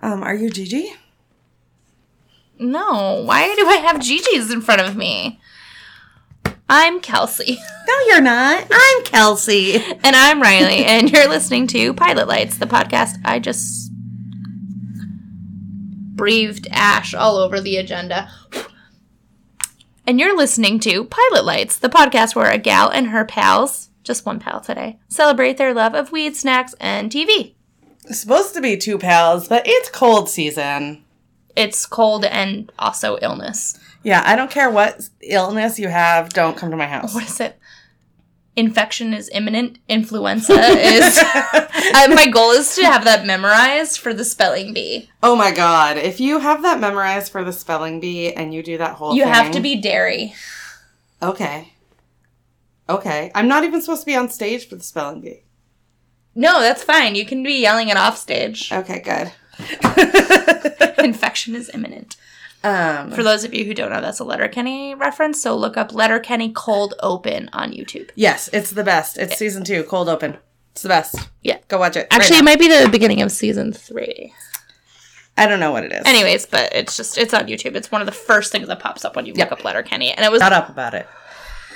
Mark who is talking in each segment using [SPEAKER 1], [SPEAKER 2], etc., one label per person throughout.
[SPEAKER 1] Um, are you Gigi?
[SPEAKER 2] No, why do I have Gigi's in front of me? I'm Kelsey.
[SPEAKER 1] No, you're not. I'm Kelsey.
[SPEAKER 2] And I'm Riley, and you're listening to Pilot Lights, the podcast I just breathed ash all over the agenda. And you're listening to Pilot Lights, the podcast where a gal and her pals, just one pal today, celebrate their love of weed, snacks, and TV.
[SPEAKER 1] It's supposed to be two pals, but it's cold season.
[SPEAKER 2] It's cold and also illness.
[SPEAKER 1] Yeah, I don't care what illness you have, don't come to my house.
[SPEAKER 2] What is it? Infection is imminent. Influenza is. I, my goal is to have that memorized for the spelling bee.
[SPEAKER 1] Oh my god, if you have that memorized for the spelling bee and you do that whole
[SPEAKER 2] You
[SPEAKER 1] thing.
[SPEAKER 2] have to be dairy.
[SPEAKER 1] Okay. Okay. I'm not even supposed to be on stage for the spelling bee.
[SPEAKER 2] No, that's fine. You can be yelling it off stage.
[SPEAKER 1] Okay, good.
[SPEAKER 2] Infection is imminent.
[SPEAKER 1] Um
[SPEAKER 2] For those of you who don't know, that's a Letterkenny reference. So look up Letterkenny Cold Open on YouTube.
[SPEAKER 1] Yes, it's the best. It's season two, cold open. It's the best.
[SPEAKER 2] Yeah.
[SPEAKER 1] Go watch it.
[SPEAKER 2] Actually, it
[SPEAKER 1] Right
[SPEAKER 2] might be the beginning of season three.
[SPEAKER 1] now. I don't know what it is.
[SPEAKER 2] Anyways, but it's just it's on YouTube. It's one of the first things that pops up when you look up Letterkenny, and it was
[SPEAKER 1] Shut up about it.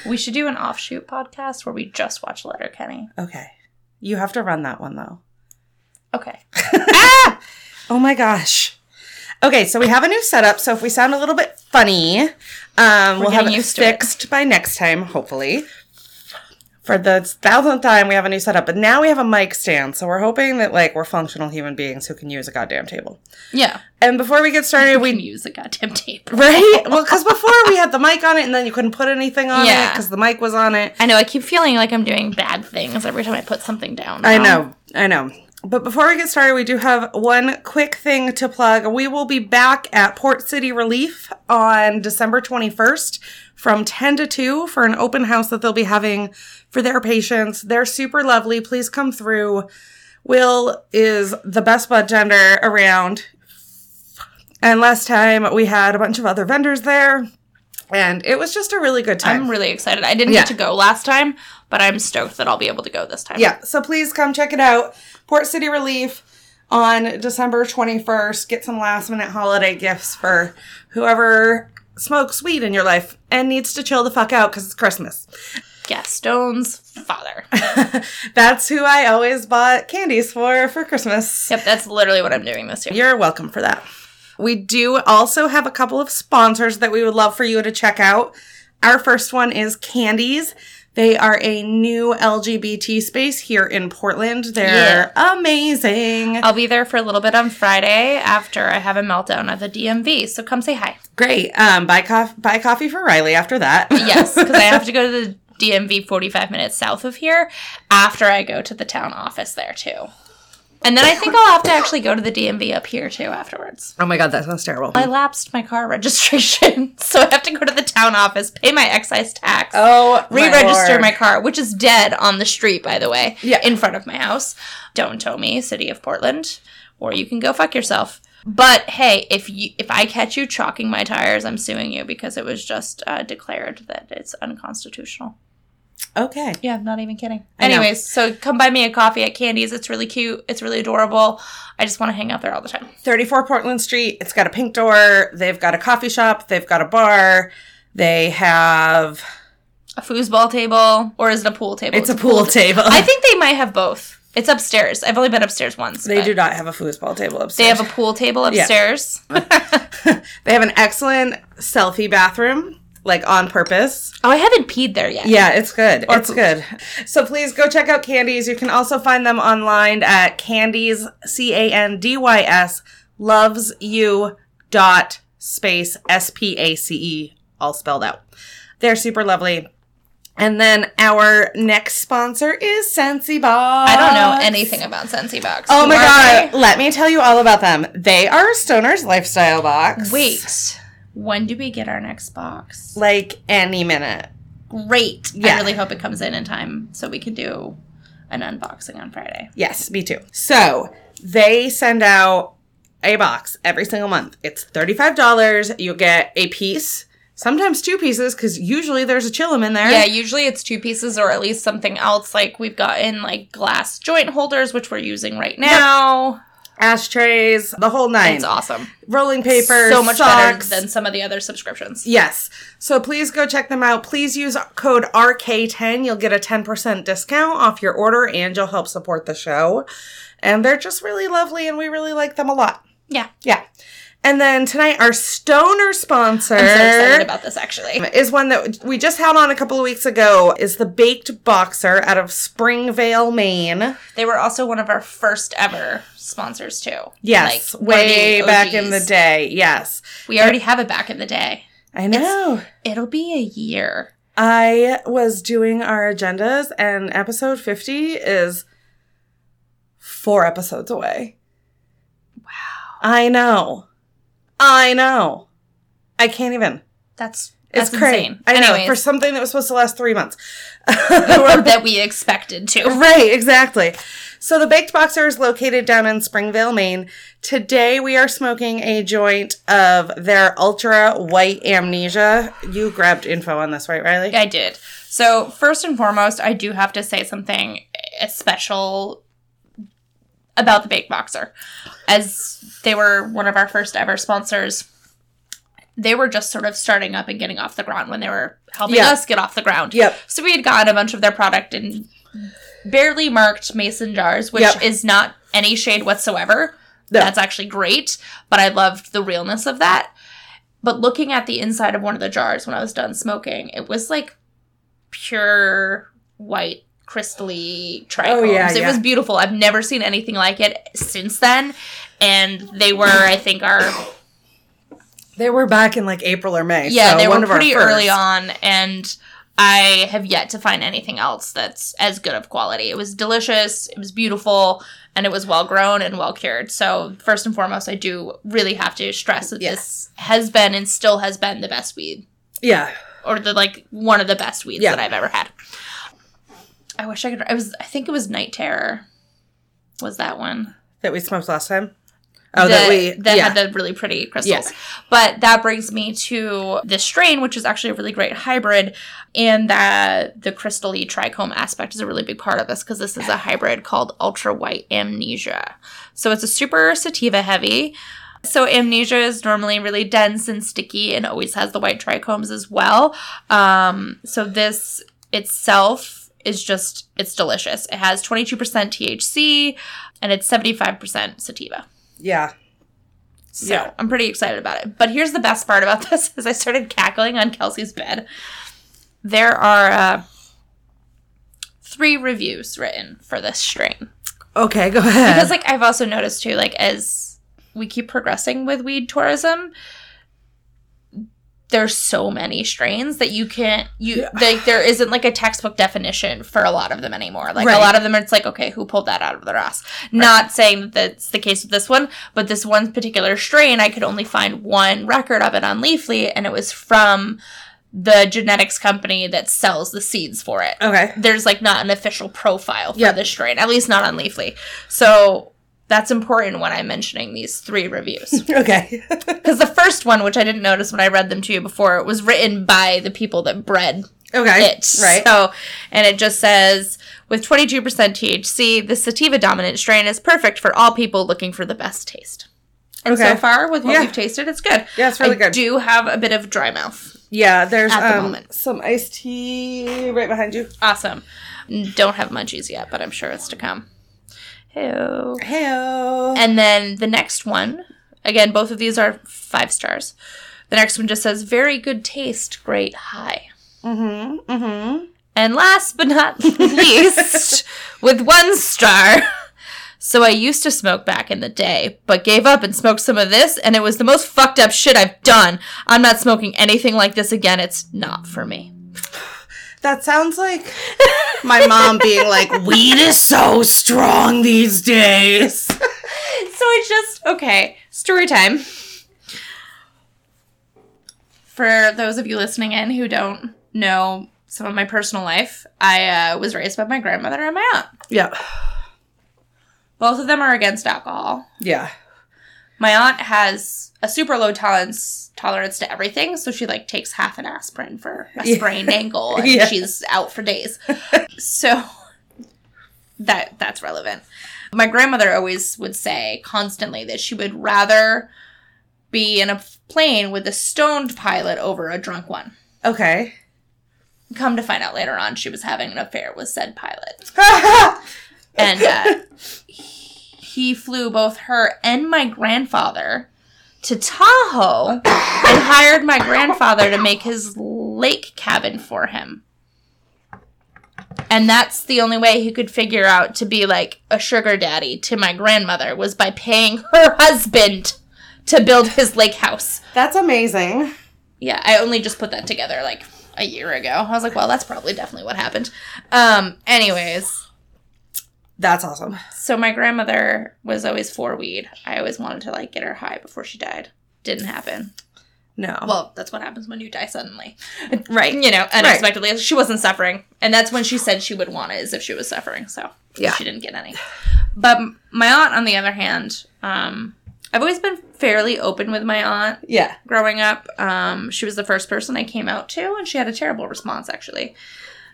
[SPEAKER 2] We should do an offshoot podcast where we just watch Letterkenny.
[SPEAKER 1] Okay. You have to run that one though.
[SPEAKER 2] Okay.
[SPEAKER 1] ah! Oh my gosh. Okay, so we have a new setup. So if we sound a little bit funny, um, we'll have
[SPEAKER 2] getting
[SPEAKER 1] it
[SPEAKER 2] used to it.
[SPEAKER 1] fixed by next time, hopefully. For the thousandth time, we have a new setup, but now we have a mic stand. So we're hoping that like we're functional human beings who can use a goddamn table.
[SPEAKER 2] Yeah.
[SPEAKER 1] And before we get started,
[SPEAKER 2] We
[SPEAKER 1] we
[SPEAKER 2] can use the goddamn tape.
[SPEAKER 1] right? Well, because before we had the mic on it, and then you couldn't put anything on it
[SPEAKER 2] Yeah.
[SPEAKER 1] because the mic was on it.
[SPEAKER 2] I know, I keep feeling like I'm doing bad things every time I put something down. Um,
[SPEAKER 1] I
[SPEAKER 2] now.
[SPEAKER 1] know, I know. But before we get started, we do have one quick thing to plug. We will be back at Port City Relief on December 21st from 10 to 2 for an open house that they'll be having for their patients. They're super lovely. Please come through. Will is the best budtender around. And last time we had a bunch of other vendors there, and it was just a really good time.
[SPEAKER 2] I'm really excited. I didn't
[SPEAKER 1] Yeah.
[SPEAKER 2] get to go last time, but I'm stoked that I'll be able to go this time.
[SPEAKER 1] Yeah, so please come check it out. Port City Relief on December 21st. Get some last minute holiday gifts for whoever smokes weed in your life and needs to chill the fuck out because it's Christmas.
[SPEAKER 2] Gaston's father.
[SPEAKER 1] That's who I always bought candies for for Christmas.
[SPEAKER 2] yep, that's literally what I'm doing this year.
[SPEAKER 1] You're welcome for that. We do also have a couple of sponsors that we would love for you to check out. Our first one is Candies. They are a new LGBT space here in Portland. They're amazing.
[SPEAKER 2] I'll be there for a little bit on Friday after I have a meltdown at the DMV. So come say hi.
[SPEAKER 1] Great. Um, buy coffee. Buy coffee for Riley after that.
[SPEAKER 2] Yes, because I have to go to the DMV 45 minutes south of here after I go to the town office there too. And then I think I'll have to actually go to the DMV up here too afterwards.
[SPEAKER 1] oh my god, that sounds terrible.
[SPEAKER 2] I lapsed my car registration, so I have to go to the town office, pay my excise tax,
[SPEAKER 1] Oh,
[SPEAKER 2] re-register my, car, which is dead on the street, by the way,
[SPEAKER 1] Yeah.
[SPEAKER 2] in front of my house. Don't tow me, city of Portland, or you can go fuck yourself. But hey, if you if I catch you chalking my tires, I'm suing you because it was just uh, declared that it's unconstitutional.
[SPEAKER 1] Okay.
[SPEAKER 2] Yeah, I'm not even kidding.
[SPEAKER 1] I know.
[SPEAKER 2] Anyways, so come buy me a coffee at Candy's. It's really cute. It's really adorable. I just want to hang out there all the time.
[SPEAKER 1] Thirty-four Portland Street. It's got a pink door. They've got a coffee shop. They've got a bar. They have.
[SPEAKER 2] A foosball table, or is it a pool table?
[SPEAKER 1] It's a pool table.
[SPEAKER 2] I think they might have both. It's upstairs. I've only been upstairs once.
[SPEAKER 1] they
[SPEAKER 2] but
[SPEAKER 1] do not have a foosball table
[SPEAKER 2] They
[SPEAKER 1] upstairs.
[SPEAKER 2] have a pool table upstairs.
[SPEAKER 1] They have an excellent selfie bathroom, like on purpose.
[SPEAKER 2] Oh, I haven't peed there yet.
[SPEAKER 1] Yeah, it's good. it's good. So please go check out Candies. You can also find them online at Candies, C A N D Y S, lovesyou.com. dot space S P A C E, all spelled out. They're super lovely. And then our next sponsor is Sensi Box.
[SPEAKER 2] I don't know anything about Sensi Box.
[SPEAKER 1] Oh my
[SPEAKER 2] Who are
[SPEAKER 1] god! Let me tell you all about them. They are a Stoner's Lifestyle
[SPEAKER 2] they?
[SPEAKER 1] Box.
[SPEAKER 2] Wait. When do we get our next box?
[SPEAKER 1] like any minute.
[SPEAKER 2] Great. I
[SPEAKER 1] Yeah.
[SPEAKER 2] really hope it comes in in time so we can do an unboxing on Friday.
[SPEAKER 1] Yes, me too. So they send out a box every single month. It's $35. You'll get a piece, sometimes two pieces, because usually there's a chillum in there.
[SPEAKER 2] Yeah, usually it's two pieces or at least something else. Like we've gotten like glass joint holders, which we're using right now.
[SPEAKER 1] Ashtrays, the whole nine.
[SPEAKER 2] It's awesome.
[SPEAKER 1] Rolling paper,
[SPEAKER 2] so much
[SPEAKER 1] socks.
[SPEAKER 2] better than some of the other subscriptions.
[SPEAKER 1] Yes. So please go check them out. Please use code RK10. You'll get a 10% discount off your order and you'll help support the show. And they're just really lovely and we really like them a lot.
[SPEAKER 2] Yeah.
[SPEAKER 1] Yeah. And then tonight, our stoner sponsor
[SPEAKER 2] I'm so excited about this actually.
[SPEAKER 1] is one that we just had on a couple of weeks ago is the Baked Boxer out of Springvale, Maine.
[SPEAKER 2] They were also one of our first ever sponsors too.
[SPEAKER 1] Yes,
[SPEAKER 2] Like, one of the
[SPEAKER 1] way back in the
[SPEAKER 2] OGs.
[SPEAKER 1] day. Yes.
[SPEAKER 2] We already have it back in the day.
[SPEAKER 1] I know.
[SPEAKER 2] It'll be a year.
[SPEAKER 1] I was doing our agendas, and episode 50 is four episodes away. Wow. I know. I know. I can't even.
[SPEAKER 2] That's
[SPEAKER 1] It's
[SPEAKER 2] that's
[SPEAKER 1] crazy.
[SPEAKER 2] insane.
[SPEAKER 1] I know.
[SPEAKER 2] Anyways,
[SPEAKER 1] For something that was supposed to last three months.
[SPEAKER 2] or that we expected to.
[SPEAKER 1] Right, exactly. So the Baked Boxer is located down in Springvale, Maine. Today we are smoking a joint of their Ultra White Amnesia. You grabbed info on this, right, Riley?
[SPEAKER 2] I did. So first and foremost, I do have to say something eh, special about the Bake Boxer, as they were one of our first ever sponsors. They were just sort of starting up and getting off the ground when they were helping
[SPEAKER 1] Yeah.
[SPEAKER 2] us get off the ground.
[SPEAKER 1] Yep.
[SPEAKER 2] So we had gotten a bunch of their product in barely marked mason jars, which
[SPEAKER 1] Yep.
[SPEAKER 2] is not any shade whatsoever.
[SPEAKER 1] No.
[SPEAKER 2] That's actually great, but I loved the realness of that. But looking at the inside of one of the jars when I was done smoking, it was like pure white crystally trichomes.
[SPEAKER 1] Oh, yeah,
[SPEAKER 2] it
[SPEAKER 1] yeah.
[SPEAKER 2] was beautiful. I've never seen anything like it since then. And they were, I think, our
[SPEAKER 1] They were back in like April or May.
[SPEAKER 2] yeah,
[SPEAKER 1] so
[SPEAKER 2] they
[SPEAKER 1] uh, one
[SPEAKER 2] were
[SPEAKER 1] of our
[SPEAKER 2] pretty
[SPEAKER 1] first.
[SPEAKER 2] early on, and I have yet to find anything else that's as good of quality. It was delicious, it was beautiful, and it was well grown and well cured. So first and foremost, I do really have to stress that this has been and still has been the best weed,
[SPEAKER 1] Yeah.
[SPEAKER 2] or the like one of the best weeds
[SPEAKER 1] Yeah.
[SPEAKER 2] that I've ever had. I wish I could. I was. I think it was Night Terror. Was that one?
[SPEAKER 1] That we smoked last time. Oh, that we.
[SPEAKER 2] that
[SPEAKER 1] yeah.
[SPEAKER 2] had the really pretty crystals. But that brings me to this strain, which is actually a really great hybrid, and that the crystally trichome aspect is a really big part of this because this is a hybrid called ultra white amnesia. So it's a super sativa heavy. So amnesia is normally really dense and sticky, and always has the white trichomes as well. Um, so this itself is just it's delicious. It has 22% THC and it's 75% sativa.
[SPEAKER 1] yeah.
[SPEAKER 2] So
[SPEAKER 1] Yeah.
[SPEAKER 2] I'm pretty excited about it. But here's the best part about this is I started cackling on Kelsey's bed. There are uh, three reviews written for this strain.
[SPEAKER 1] Okay, go ahead.
[SPEAKER 2] Because like I've also noticed too, like as we keep progressing with weed tourism, there's so many strains that you can't you
[SPEAKER 1] Yeah.
[SPEAKER 2] like there isn't like a textbook definition for a lot of them anymore. Like a
[SPEAKER 1] Right.
[SPEAKER 2] lot of them it's like, okay, who pulled that out of their ass? Not saying that that's the case with this one, but this one particular strain, I could only find one record of it on Leafly, and it was from the genetics company that sells the seeds for it
[SPEAKER 1] okay.
[SPEAKER 2] there's like not an official profile for
[SPEAKER 1] Yeah.
[SPEAKER 2] this strain, at least not on Leafly. So that's important when I'm mentioning these three reviews.
[SPEAKER 1] Okay.
[SPEAKER 2] Because the first one, which I didn't notice when I read them to you before, was written by the people that bred
[SPEAKER 1] okay.
[SPEAKER 2] it.
[SPEAKER 1] Right.
[SPEAKER 2] So, and it just says with 22% THC, the sativa dominant strain is perfect for all people looking for the best taste. And
[SPEAKER 1] Okay.
[SPEAKER 2] so far, with what
[SPEAKER 1] Yeah.
[SPEAKER 2] we've tasted, it's good.
[SPEAKER 1] Yeah, it's really
[SPEAKER 2] I
[SPEAKER 1] good.
[SPEAKER 2] do have a bit of dry mouth.
[SPEAKER 1] yeah, there's
[SPEAKER 2] At the
[SPEAKER 1] um,
[SPEAKER 2] moment.
[SPEAKER 1] some iced tea right behind you.
[SPEAKER 2] Awesome. Don't have munchies yet, but I'm sure it's to come. Ew.
[SPEAKER 1] Hey.
[SPEAKER 2] And then the next one, again, both of these are five stars. The next one just says, very good taste, great high.
[SPEAKER 1] Mm-hmm. Mm-hmm.
[SPEAKER 2] And last but not least, with one star, So I used to smoke back in the day, but gave up and smoked some of this, and it was the most fucked up shit I've done. I'm not smoking anything like this again. It's not for me.
[SPEAKER 1] That sounds like my mom being like, weed is so strong these days.
[SPEAKER 2] So I just okay. Story time. For those of you listening in who don't know some of my personal life, I uh, was raised by my grandmother and my aunt.
[SPEAKER 1] Yeah.
[SPEAKER 2] Both of them are against alcohol.
[SPEAKER 1] Yeah.
[SPEAKER 2] My aunt has a super low tolerance tolerance to everything, so she like takes half an aspirin for a
[SPEAKER 1] Yeah.
[SPEAKER 2] sprained ankle, and
[SPEAKER 1] Yeah.
[SPEAKER 2] she's out for days. so that that's relevant. My grandmother always would say constantly that she would rather be in a plane with a stoned pilot over a drunk one.
[SPEAKER 1] Okay.
[SPEAKER 2] Come to find out later on, she was having an affair with said pilot and uh, he flew both her and my grandfather to Tahoe and hired my grandfather to make his lake cabin for him. And that's the only way he could figure out to be like a sugar daddy to my grandmother was by paying her husband to build his lake house.
[SPEAKER 1] That's amazing.
[SPEAKER 2] Yeah, I only just put that together like a year ago. I was like, well, that's probably definitely what happened. Um, anyways,
[SPEAKER 1] That's awesome.
[SPEAKER 2] so my grandmother was always for weed. I always wanted to like get her high before she died. Didn't happen.
[SPEAKER 1] No.
[SPEAKER 2] Well, that's what happens when you die suddenly.
[SPEAKER 1] right.
[SPEAKER 2] You know, unexpectedly. She wasn't suffering. And that's when she said she would want it is if she was suffering. So
[SPEAKER 1] Yeah.
[SPEAKER 2] she didn't get any. But m- my aunt, on the other hand, um, I've always been fairly open with my aunt
[SPEAKER 1] Yeah.
[SPEAKER 2] growing up. Um, she was the first person I came out to, and she had a terrible response, actually.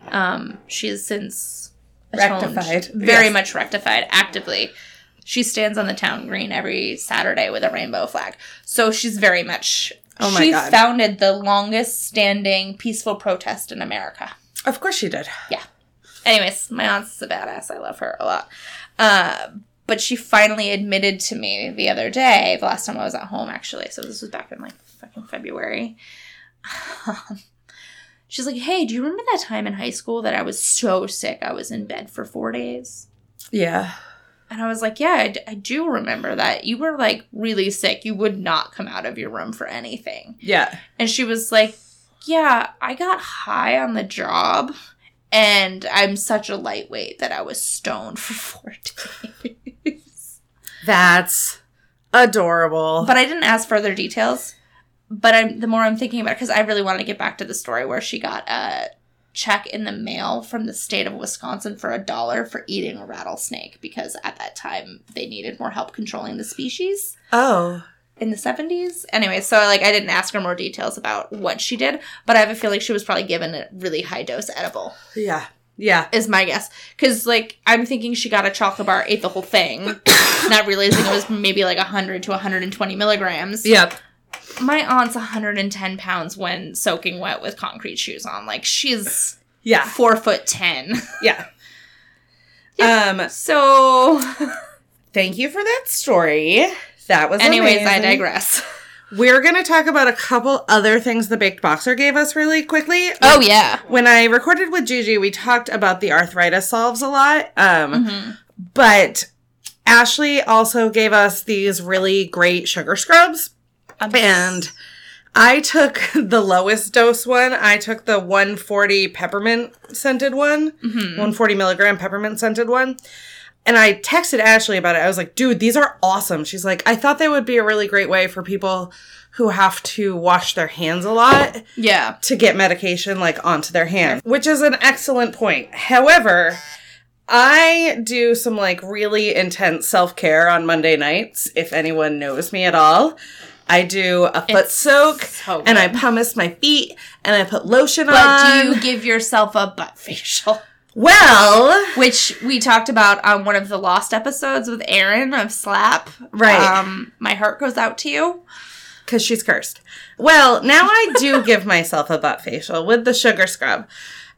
[SPEAKER 2] Um, she has since atoned.
[SPEAKER 1] Rectified,
[SPEAKER 2] very
[SPEAKER 1] yes.
[SPEAKER 2] much rectified, actively. She stands on the town green every Saturday with a rainbow flag. So she's very much.
[SPEAKER 1] Oh my
[SPEAKER 2] she
[SPEAKER 1] God.
[SPEAKER 2] founded the longest standing peaceful protest in America.
[SPEAKER 1] Of course she did.
[SPEAKER 2] Anyways, my aunt's a badass. I love her a lot. Uh, but she finally admitted to me the other day, the last time I was at home, actually. So this was back in like fucking February. Um, She's like, hey, do you remember that time in high school that I was so sick? I was in bed for four days.
[SPEAKER 1] Yeah.
[SPEAKER 2] And I was like, yeah, I, d- I do remember that. You were like really sick. You would not come out of your room for anything.
[SPEAKER 1] Yeah.
[SPEAKER 2] And she was like, Yeah, I got high on the job and I'm such a lightweight that I was stoned for four days.
[SPEAKER 1] That's adorable.
[SPEAKER 2] but I didn't ask further details. But I'm the more I'm thinking about it, because I really want to get back to the story where she got a check in the mail from the state of Wisconsin for a dollar for eating a rattlesnake because at that time they needed more help controlling the species.
[SPEAKER 1] oh.
[SPEAKER 2] in the 70s. Anyway, so like I didn't ask her more details about what she did, but I have a feeling she was probably given a really high dose edible.
[SPEAKER 1] Yeah. Yeah.
[SPEAKER 2] Is my guess. Cuz like I'm thinking she got a chocolate bar, ate the whole thing, not realizing it was maybe like 100 to 120 milligrams.
[SPEAKER 1] Yep.
[SPEAKER 2] My aunt's 110 pounds when soaking wet with concrete shoes on. Like she's
[SPEAKER 1] Yeah.
[SPEAKER 2] 4 foot 10.
[SPEAKER 1] Yeah. Um,
[SPEAKER 2] So
[SPEAKER 1] thank you for that story. That was
[SPEAKER 2] anyways, I
[SPEAKER 1] amazing.
[SPEAKER 2] digress.
[SPEAKER 1] We're going to talk about a couple other things the Baked Boxer gave us really quickly.
[SPEAKER 2] Oh yeah.
[SPEAKER 1] When I recorded with Gigi, we talked about the arthritis solves a lot. Um,
[SPEAKER 2] Mm-hmm.
[SPEAKER 1] but Ashley also gave us these really great sugar scrubs. And I took the lowest dose one. I took the 140 peppermint scented one, 140 milligram peppermint scented one. And I texted Ashley about it. I was like, dude, these are awesome. She's like, I thought they would be a really great way for people who have to wash their hands a lot
[SPEAKER 2] Yeah.
[SPEAKER 1] to get medication like onto their hand, which is an excellent point. However, I do some like really intense self care on Monday nights. If anyone knows me at all, I do a foot soak
[SPEAKER 2] so
[SPEAKER 1] and I
[SPEAKER 2] good.
[SPEAKER 1] pumice my feet and I put lotion
[SPEAKER 2] But
[SPEAKER 1] on.
[SPEAKER 2] do you give yourself a butt facial?
[SPEAKER 1] well,
[SPEAKER 2] which we talked about on one of the lost episodes with Aaron of Slap.
[SPEAKER 1] Right.
[SPEAKER 2] Um, my heart goes out to you.
[SPEAKER 1] because she's cursed. Well, now I do give myself a butt facial with the sugar scrub.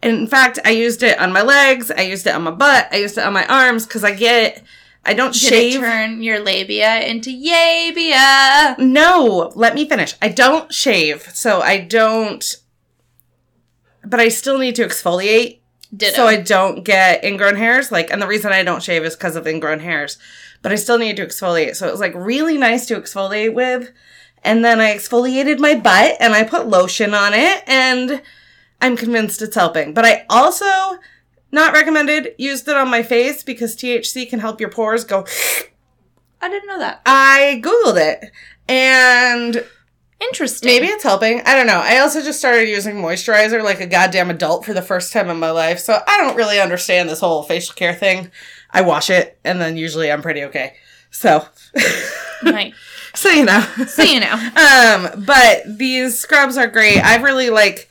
[SPEAKER 1] And in fact, I used it on my legs, I used it on my butt, I used it on my arms because I get, I don't
[SPEAKER 2] Did
[SPEAKER 1] shave.
[SPEAKER 2] it turn your labia into yabia?
[SPEAKER 1] No, let me finish. I don't shave, so I don't. But I still need to exfoliate
[SPEAKER 2] Ditto.
[SPEAKER 1] So I don't get ingrown hairs. Like, and the reason I don't shave is because of ingrown hairs, but I still needed to exfoliate. So it was like really nice to exfoliate with. And then I exfoliated my butt and I put lotion on it and I'm convinced it's helping. But I also, not recommended, used it on my face because THC can help your pores go.
[SPEAKER 2] I didn't know that.
[SPEAKER 1] I Googled it and
[SPEAKER 2] Interesting.
[SPEAKER 1] maybe it's helping. I don't know. I also just started using moisturizer like a goddamn adult for the first time in my life. So I don't really understand this whole facial care thing. I wash it and then usually I'm pretty okay. So,
[SPEAKER 2] Right.
[SPEAKER 1] so you know.
[SPEAKER 2] So you know.
[SPEAKER 1] Um, but these scrubs are great. I really like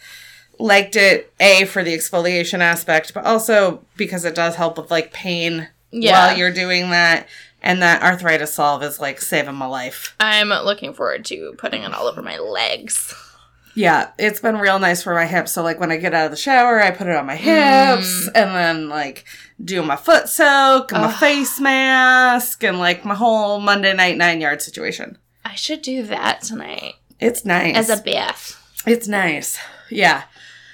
[SPEAKER 1] liked it a for the exfoliation aspect, but also because it does help with like pain
[SPEAKER 2] Yeah.
[SPEAKER 1] while you're doing that. And that arthritis solve is like saving my life.
[SPEAKER 2] I'm looking forward to putting it all over my legs.
[SPEAKER 1] Yeah, it's been real nice for my hips. So like when I get out of the shower, I put it on my hips and then like do my foot soak and my
[SPEAKER 2] Mm. Ugh.
[SPEAKER 1] face mask and like my whole Monday night nine yard situation.
[SPEAKER 2] I should do that tonight
[SPEAKER 1] It's nice.
[SPEAKER 2] as a bath.
[SPEAKER 1] it's nice. Yeah.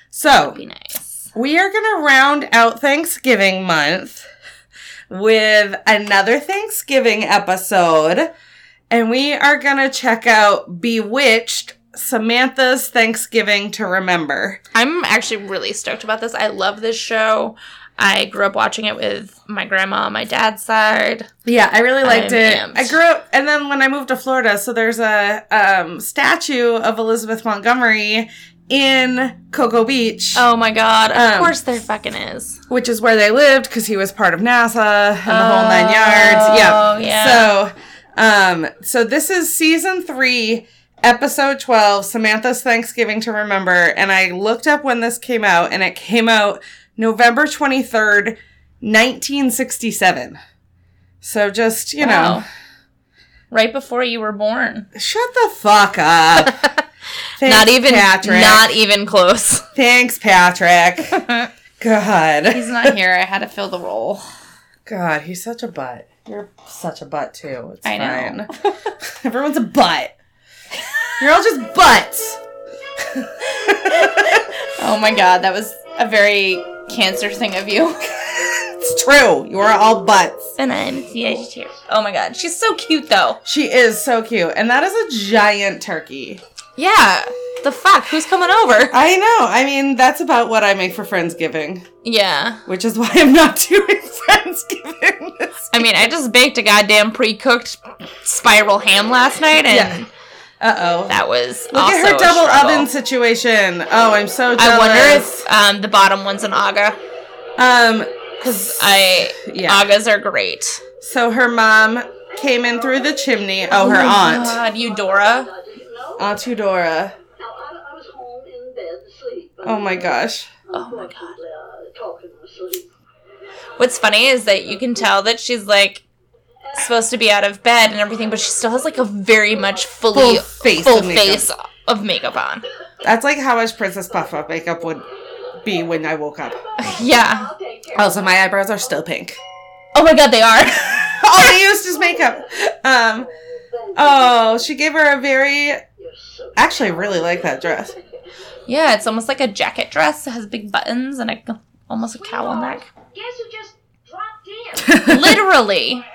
[SPEAKER 1] So
[SPEAKER 2] That'd be nice.
[SPEAKER 1] We are going to round out Thanksgiving month with another Thanksgiving episode. And we are going to check out Bewitched Samantha's Thanksgiving to Remember.
[SPEAKER 2] I'm actually really stoked about this. I love this show. I grew up watching it with my grandma on my dad's side.
[SPEAKER 1] Yeah, I really liked
[SPEAKER 2] I'm
[SPEAKER 1] it.
[SPEAKER 2] amped.
[SPEAKER 1] I grew up, and then when I moved to Florida, so there's a um, statue of Elizabeth Montgomery in Cocoa Beach,
[SPEAKER 2] Oh my god. Of
[SPEAKER 1] Um,
[SPEAKER 2] course there fucking is.
[SPEAKER 1] which is where they lived because he was part of NASA and the whole nine yards. Yeah.
[SPEAKER 2] Oh, yeah.
[SPEAKER 1] So, um, so this is season three, episode twelve, Samantha's Thanksgiving to Remember, and I looked up when this came out, and it came out November twenty third, nineteen sixty seven. So just you
[SPEAKER 2] Wow.
[SPEAKER 1] know,
[SPEAKER 2] Right before you were born.
[SPEAKER 1] shut the fuck up. Thanks,
[SPEAKER 2] not even
[SPEAKER 1] Patrick.
[SPEAKER 2] not even close.
[SPEAKER 1] Thanks, Patrick. God,
[SPEAKER 2] He's not here. I had to fill the role.
[SPEAKER 1] God, he's such a butt. You're such a butt too. It's
[SPEAKER 2] I
[SPEAKER 1] fine.
[SPEAKER 2] know.
[SPEAKER 1] Everyone's a butt. You're all just butts.
[SPEAKER 2] Oh my god, that was a very cancer thing of you.
[SPEAKER 1] It's true. You are all butts.
[SPEAKER 2] and I'm vegetarian. Oh my god, she's so cute though.
[SPEAKER 1] She is so cute. And that is a giant turkey.
[SPEAKER 2] Yeah. The fuck? Who's coming over?
[SPEAKER 1] I know. I mean, that's about what I make for Friendsgiving,
[SPEAKER 2] Yeah.
[SPEAKER 1] which is why I'm not doing Friendsgiving. this-
[SPEAKER 2] I mean, I just baked a goddamn pre-cooked spiral ham last night, and
[SPEAKER 1] Yeah. Uh oh. Look
[SPEAKER 2] that was also
[SPEAKER 1] at her
[SPEAKER 2] a
[SPEAKER 1] double
[SPEAKER 2] struggle.
[SPEAKER 1] oven situation. Oh, I'm so jealous.
[SPEAKER 2] I wonder if um, the bottom one's an aga.
[SPEAKER 1] Um,
[SPEAKER 2] Because I
[SPEAKER 1] Yeah.
[SPEAKER 2] agas are great.
[SPEAKER 1] so her mom came in through the chimney. Oh, her
[SPEAKER 2] my
[SPEAKER 1] aunt.
[SPEAKER 2] God, Eudora.
[SPEAKER 3] No,
[SPEAKER 1] Aunt Eudora.
[SPEAKER 3] no, I, I was home in bed asleep.
[SPEAKER 1] Oh my gosh.
[SPEAKER 2] Oh my god.
[SPEAKER 3] Unfortunately, uh, talking asleep.
[SPEAKER 2] What's funny is that you can tell that she's like supposed to be out of bed and everything, but she still has like a very much fully
[SPEAKER 1] Full face
[SPEAKER 2] full
[SPEAKER 1] of makeup.
[SPEAKER 2] face of makeup on.
[SPEAKER 1] That's like how much Princess Puffa makeup would be when I woke up.
[SPEAKER 2] Yeah.
[SPEAKER 1] Also, my eyebrows are still pink.
[SPEAKER 2] Oh my god, they are.
[SPEAKER 1] All they used is makeup. Um, oh, she gave her a very. Actually, I really like that dress.
[SPEAKER 2] yeah, it's almost like a jacket dress. It has big buttons and a almost a cowl neck.
[SPEAKER 3] Guess who just dropped in?
[SPEAKER 2] Literally.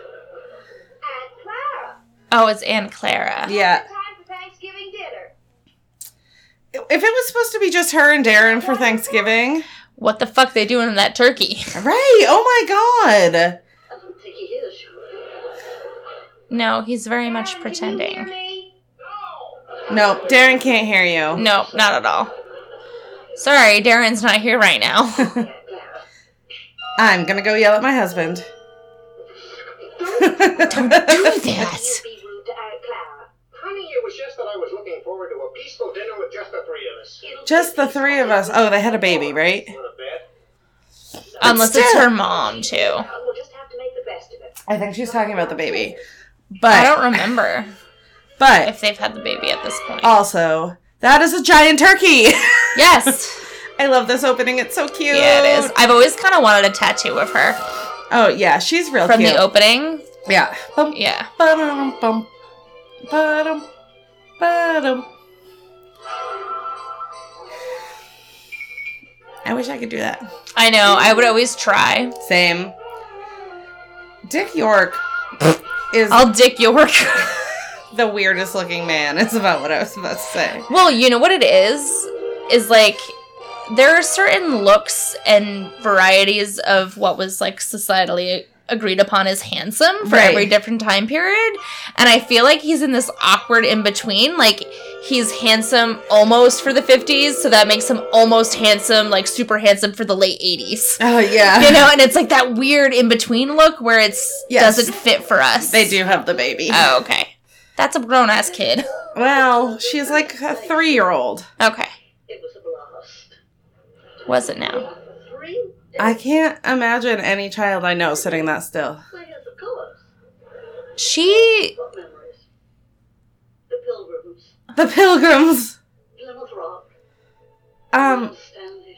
[SPEAKER 3] Aunt Clara.
[SPEAKER 2] Oh, it's Aunt Clara.
[SPEAKER 1] Yeah.
[SPEAKER 3] Time for Thanksgiving dinner.
[SPEAKER 1] If it was supposed to be just her and Darren for Thanksgiving,
[SPEAKER 2] What the fuck they doing in that turkey?
[SPEAKER 1] right? Oh my god.
[SPEAKER 3] I don't think he is.
[SPEAKER 2] No, he's very much
[SPEAKER 3] Darren, Can you hear
[SPEAKER 2] pretending.
[SPEAKER 3] me? No.
[SPEAKER 1] No, Darren can't hear you.
[SPEAKER 2] No, not at all. Sorry, Darren's not here right now.
[SPEAKER 1] I'm gonna go yell at my husband.
[SPEAKER 2] Do that.
[SPEAKER 3] You'd be rude to Aunt Clara.
[SPEAKER 4] Honey, it was just that I was looking forward to a peaceful dinner with just the three of us.
[SPEAKER 3] It'll
[SPEAKER 1] just
[SPEAKER 3] be
[SPEAKER 1] the three of us. Oh, they had a baby, right?
[SPEAKER 4] Go to bed.
[SPEAKER 2] Unless it's
[SPEAKER 1] still.
[SPEAKER 2] her mom too.
[SPEAKER 3] fun. We'll just have to make the best of it.
[SPEAKER 1] I think she's talking about the
[SPEAKER 2] I
[SPEAKER 1] baby. But
[SPEAKER 2] don't remember
[SPEAKER 1] but
[SPEAKER 2] if they've had the baby at this point.
[SPEAKER 1] Oh. also, that is a giant turkey.
[SPEAKER 2] Yes.
[SPEAKER 1] I love this opening. It's so cute.
[SPEAKER 2] Yeah, it is. I've always kind of wanted a tattoo of her
[SPEAKER 1] Oh yeah, she's real
[SPEAKER 2] from
[SPEAKER 1] cute.
[SPEAKER 2] the opening.
[SPEAKER 1] yeah. Bum,
[SPEAKER 2] Yeah.
[SPEAKER 1] ba-dum, bum, ba-dum, ba-dum. I wish I could do that.
[SPEAKER 2] I know. I would always try.
[SPEAKER 1] Same. Dick York is
[SPEAKER 2] I'll dick your work.
[SPEAKER 1] the weirdest looking man. It's about what I was about to say.
[SPEAKER 2] well, you know what it is? Is like there are certain looks and varieties of what was like societally agreed upon as handsome for
[SPEAKER 1] Right.
[SPEAKER 2] every different time period. And I feel like he's in this awkward in between. Like he's handsome almost for the 50s, so that makes him almost handsome, like super handsome for the late 80s.
[SPEAKER 1] Oh yeah.
[SPEAKER 2] you know, and it's like that weird in between look where it's
[SPEAKER 1] Yes.
[SPEAKER 2] doesn't fit for us.
[SPEAKER 1] They do have the baby.
[SPEAKER 2] Oh, okay. That's a grown ass kid.
[SPEAKER 1] Well, she's like a three year old.
[SPEAKER 2] Okay.
[SPEAKER 3] It was a blast.
[SPEAKER 2] Was it now?
[SPEAKER 3] Three?
[SPEAKER 1] I can't imagine any child I know sitting that still.
[SPEAKER 3] Well, yes, of course.
[SPEAKER 2] She
[SPEAKER 3] What memories? The Pilgrims,
[SPEAKER 1] The Pilgrims.
[SPEAKER 3] Plymouth Rock,
[SPEAKER 1] Um,
[SPEAKER 3] Standish,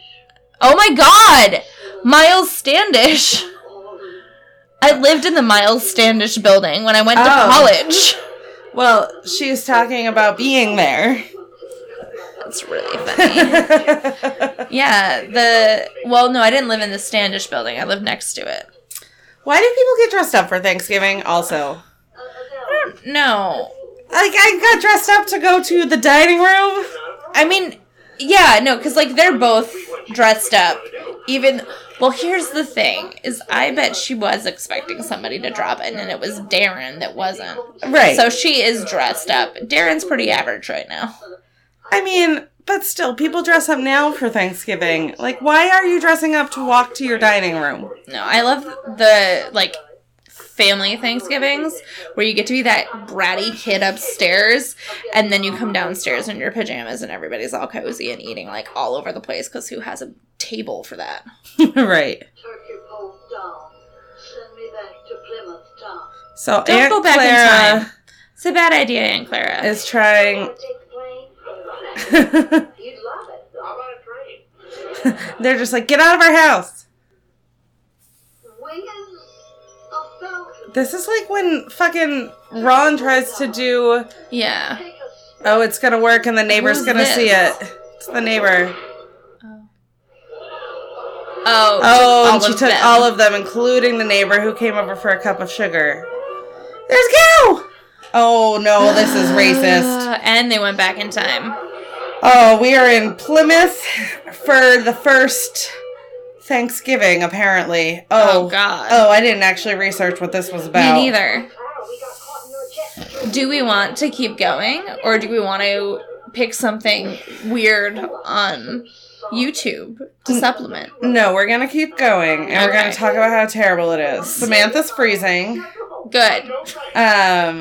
[SPEAKER 2] Oh my god! Miles Standish.
[SPEAKER 3] and all the
[SPEAKER 2] I lived in the Miles Standish building when I went to
[SPEAKER 1] Oh.
[SPEAKER 2] college.
[SPEAKER 1] well, she's talking about being there.
[SPEAKER 2] That's really funny. yeah, the well no, I didn't live in the Standish building. I lived next to it.
[SPEAKER 1] Why do people get dressed up for Thanksgiving also?
[SPEAKER 2] No.
[SPEAKER 1] Like, I got dressed up to go to the dining room.
[SPEAKER 2] I mean, yeah, no, cuz like they're both dressed up. Even well, here's the thing is I bet she was expecting somebody to drop in and it was Darren that wasn't.
[SPEAKER 1] Right.
[SPEAKER 2] So she is dressed up. Darren's pretty average right now.
[SPEAKER 1] I mean, but still, people dress up now for Thanksgiving. Like, why are you dressing up to walk to your dining room?
[SPEAKER 2] No, I love the like family Thanksgivings where you get to be that bratty kid upstairs and then you come downstairs in your pajamas and everybody's all cozy and eating like all over the place because who has a table for that?
[SPEAKER 1] right.
[SPEAKER 3] turkey poult down. Send me back to Plymouth Town.
[SPEAKER 1] So
[SPEAKER 2] Don't
[SPEAKER 1] Aunt
[SPEAKER 2] go back
[SPEAKER 1] Clara
[SPEAKER 2] in time. It's a bad idea, Aunt Clara.
[SPEAKER 1] is trying.
[SPEAKER 3] Wanna take the plane? You'd love it.
[SPEAKER 4] How about a train?
[SPEAKER 1] They're just like, get out of our house.
[SPEAKER 3] Wings of falcon.
[SPEAKER 1] This is like when fucking Ron tries to do,
[SPEAKER 2] yeah.
[SPEAKER 3] Take us
[SPEAKER 1] oh, it's gonna work and the neighbor's
[SPEAKER 2] Who's
[SPEAKER 1] gonna
[SPEAKER 2] this?
[SPEAKER 1] see it. It's the neighbor.
[SPEAKER 2] Oh.
[SPEAKER 1] Oh,
[SPEAKER 2] all
[SPEAKER 1] and she
[SPEAKER 2] of
[SPEAKER 1] took
[SPEAKER 2] them.
[SPEAKER 1] all of them, including the neighbor who came over for a cup of sugar. There's Go! Oh no, this is racist.
[SPEAKER 2] Uh, and they went back in time.
[SPEAKER 1] Oh, we are in Plymouth for the first Thanksgiving, apparently. Oh,
[SPEAKER 2] Oh, God.
[SPEAKER 1] Oh, I didn't actually research what this was about.
[SPEAKER 2] Me neither.
[SPEAKER 3] out. We got caught in your jet.
[SPEAKER 2] Do we want to keep going or do we want to pick something weird on YouTube
[SPEAKER 1] Mm.
[SPEAKER 2] to supplement?
[SPEAKER 1] No, we're gonna keep going, and we're gonna
[SPEAKER 2] Okay.
[SPEAKER 1] talk about how terrible it is. Samantha's freezing.
[SPEAKER 2] Good.
[SPEAKER 4] No train.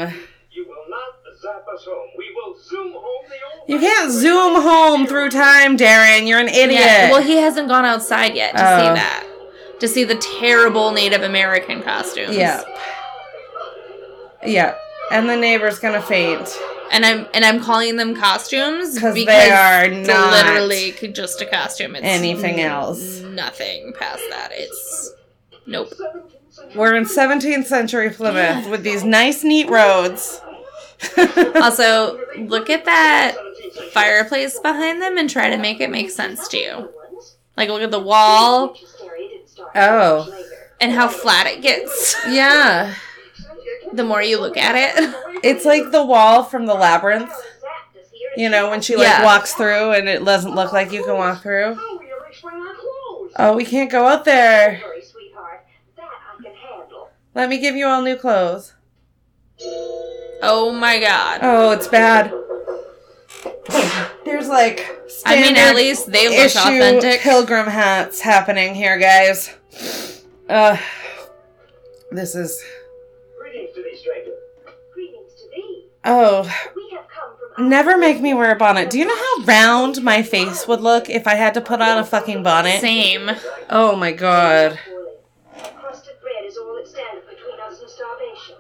[SPEAKER 1] Um,
[SPEAKER 4] You will not zap us home. We will zoom home the old.
[SPEAKER 1] you can't zoom home through time, Darren. You're an idiot.
[SPEAKER 2] Yeah. Well, he hasn't gone outside yet to see
[SPEAKER 1] Oh.
[SPEAKER 2] that. To see the terrible Native American costumes.
[SPEAKER 1] yeah, yeah. And the neighbor's gonna faint.
[SPEAKER 2] And I'm and I'm calling them costumes
[SPEAKER 1] 'Cause
[SPEAKER 2] because
[SPEAKER 1] they are
[SPEAKER 2] it's
[SPEAKER 1] not
[SPEAKER 2] literally c- just a costume. It's
[SPEAKER 1] anything else.
[SPEAKER 2] Nothing past that. It's nope.
[SPEAKER 1] We're in 17th century Plymouth with these nice, neat roads.
[SPEAKER 2] Also, look at that fireplace behind them and try to make it make sense to you. Like look at the wall
[SPEAKER 1] Oh,
[SPEAKER 2] and how flat it gets.
[SPEAKER 1] yeah.
[SPEAKER 2] the more you look at it.
[SPEAKER 1] It's like the wall from the labyrinth. You know, when she like
[SPEAKER 2] Yeah.
[SPEAKER 1] walks through and it doesn't look like you can walk through.
[SPEAKER 4] Oh, we are reached for our clothes.
[SPEAKER 1] Oh, we can't go out there.
[SPEAKER 3] Hurry, sweetheart. That I can handle.
[SPEAKER 1] Let me give you all new clothes.
[SPEAKER 2] Oh my god.
[SPEAKER 1] Oh, it's bad. There's like
[SPEAKER 2] I mean, at
[SPEAKER 1] standard
[SPEAKER 2] least they look
[SPEAKER 1] issue
[SPEAKER 2] authentic.
[SPEAKER 1] pilgrim hats happening here, guys. Uh, this is
[SPEAKER 4] Greetings to thee, stranger.
[SPEAKER 3] Greetings to thee.
[SPEAKER 1] oh.
[SPEAKER 3] We have come from.
[SPEAKER 1] Never make me wear a bonnet. Do you know how round my face would look if I had to put on a fucking bonnet?
[SPEAKER 2] Same.
[SPEAKER 1] Oh my god.
[SPEAKER 3] Crusted bread is all that standeth between us and starvation.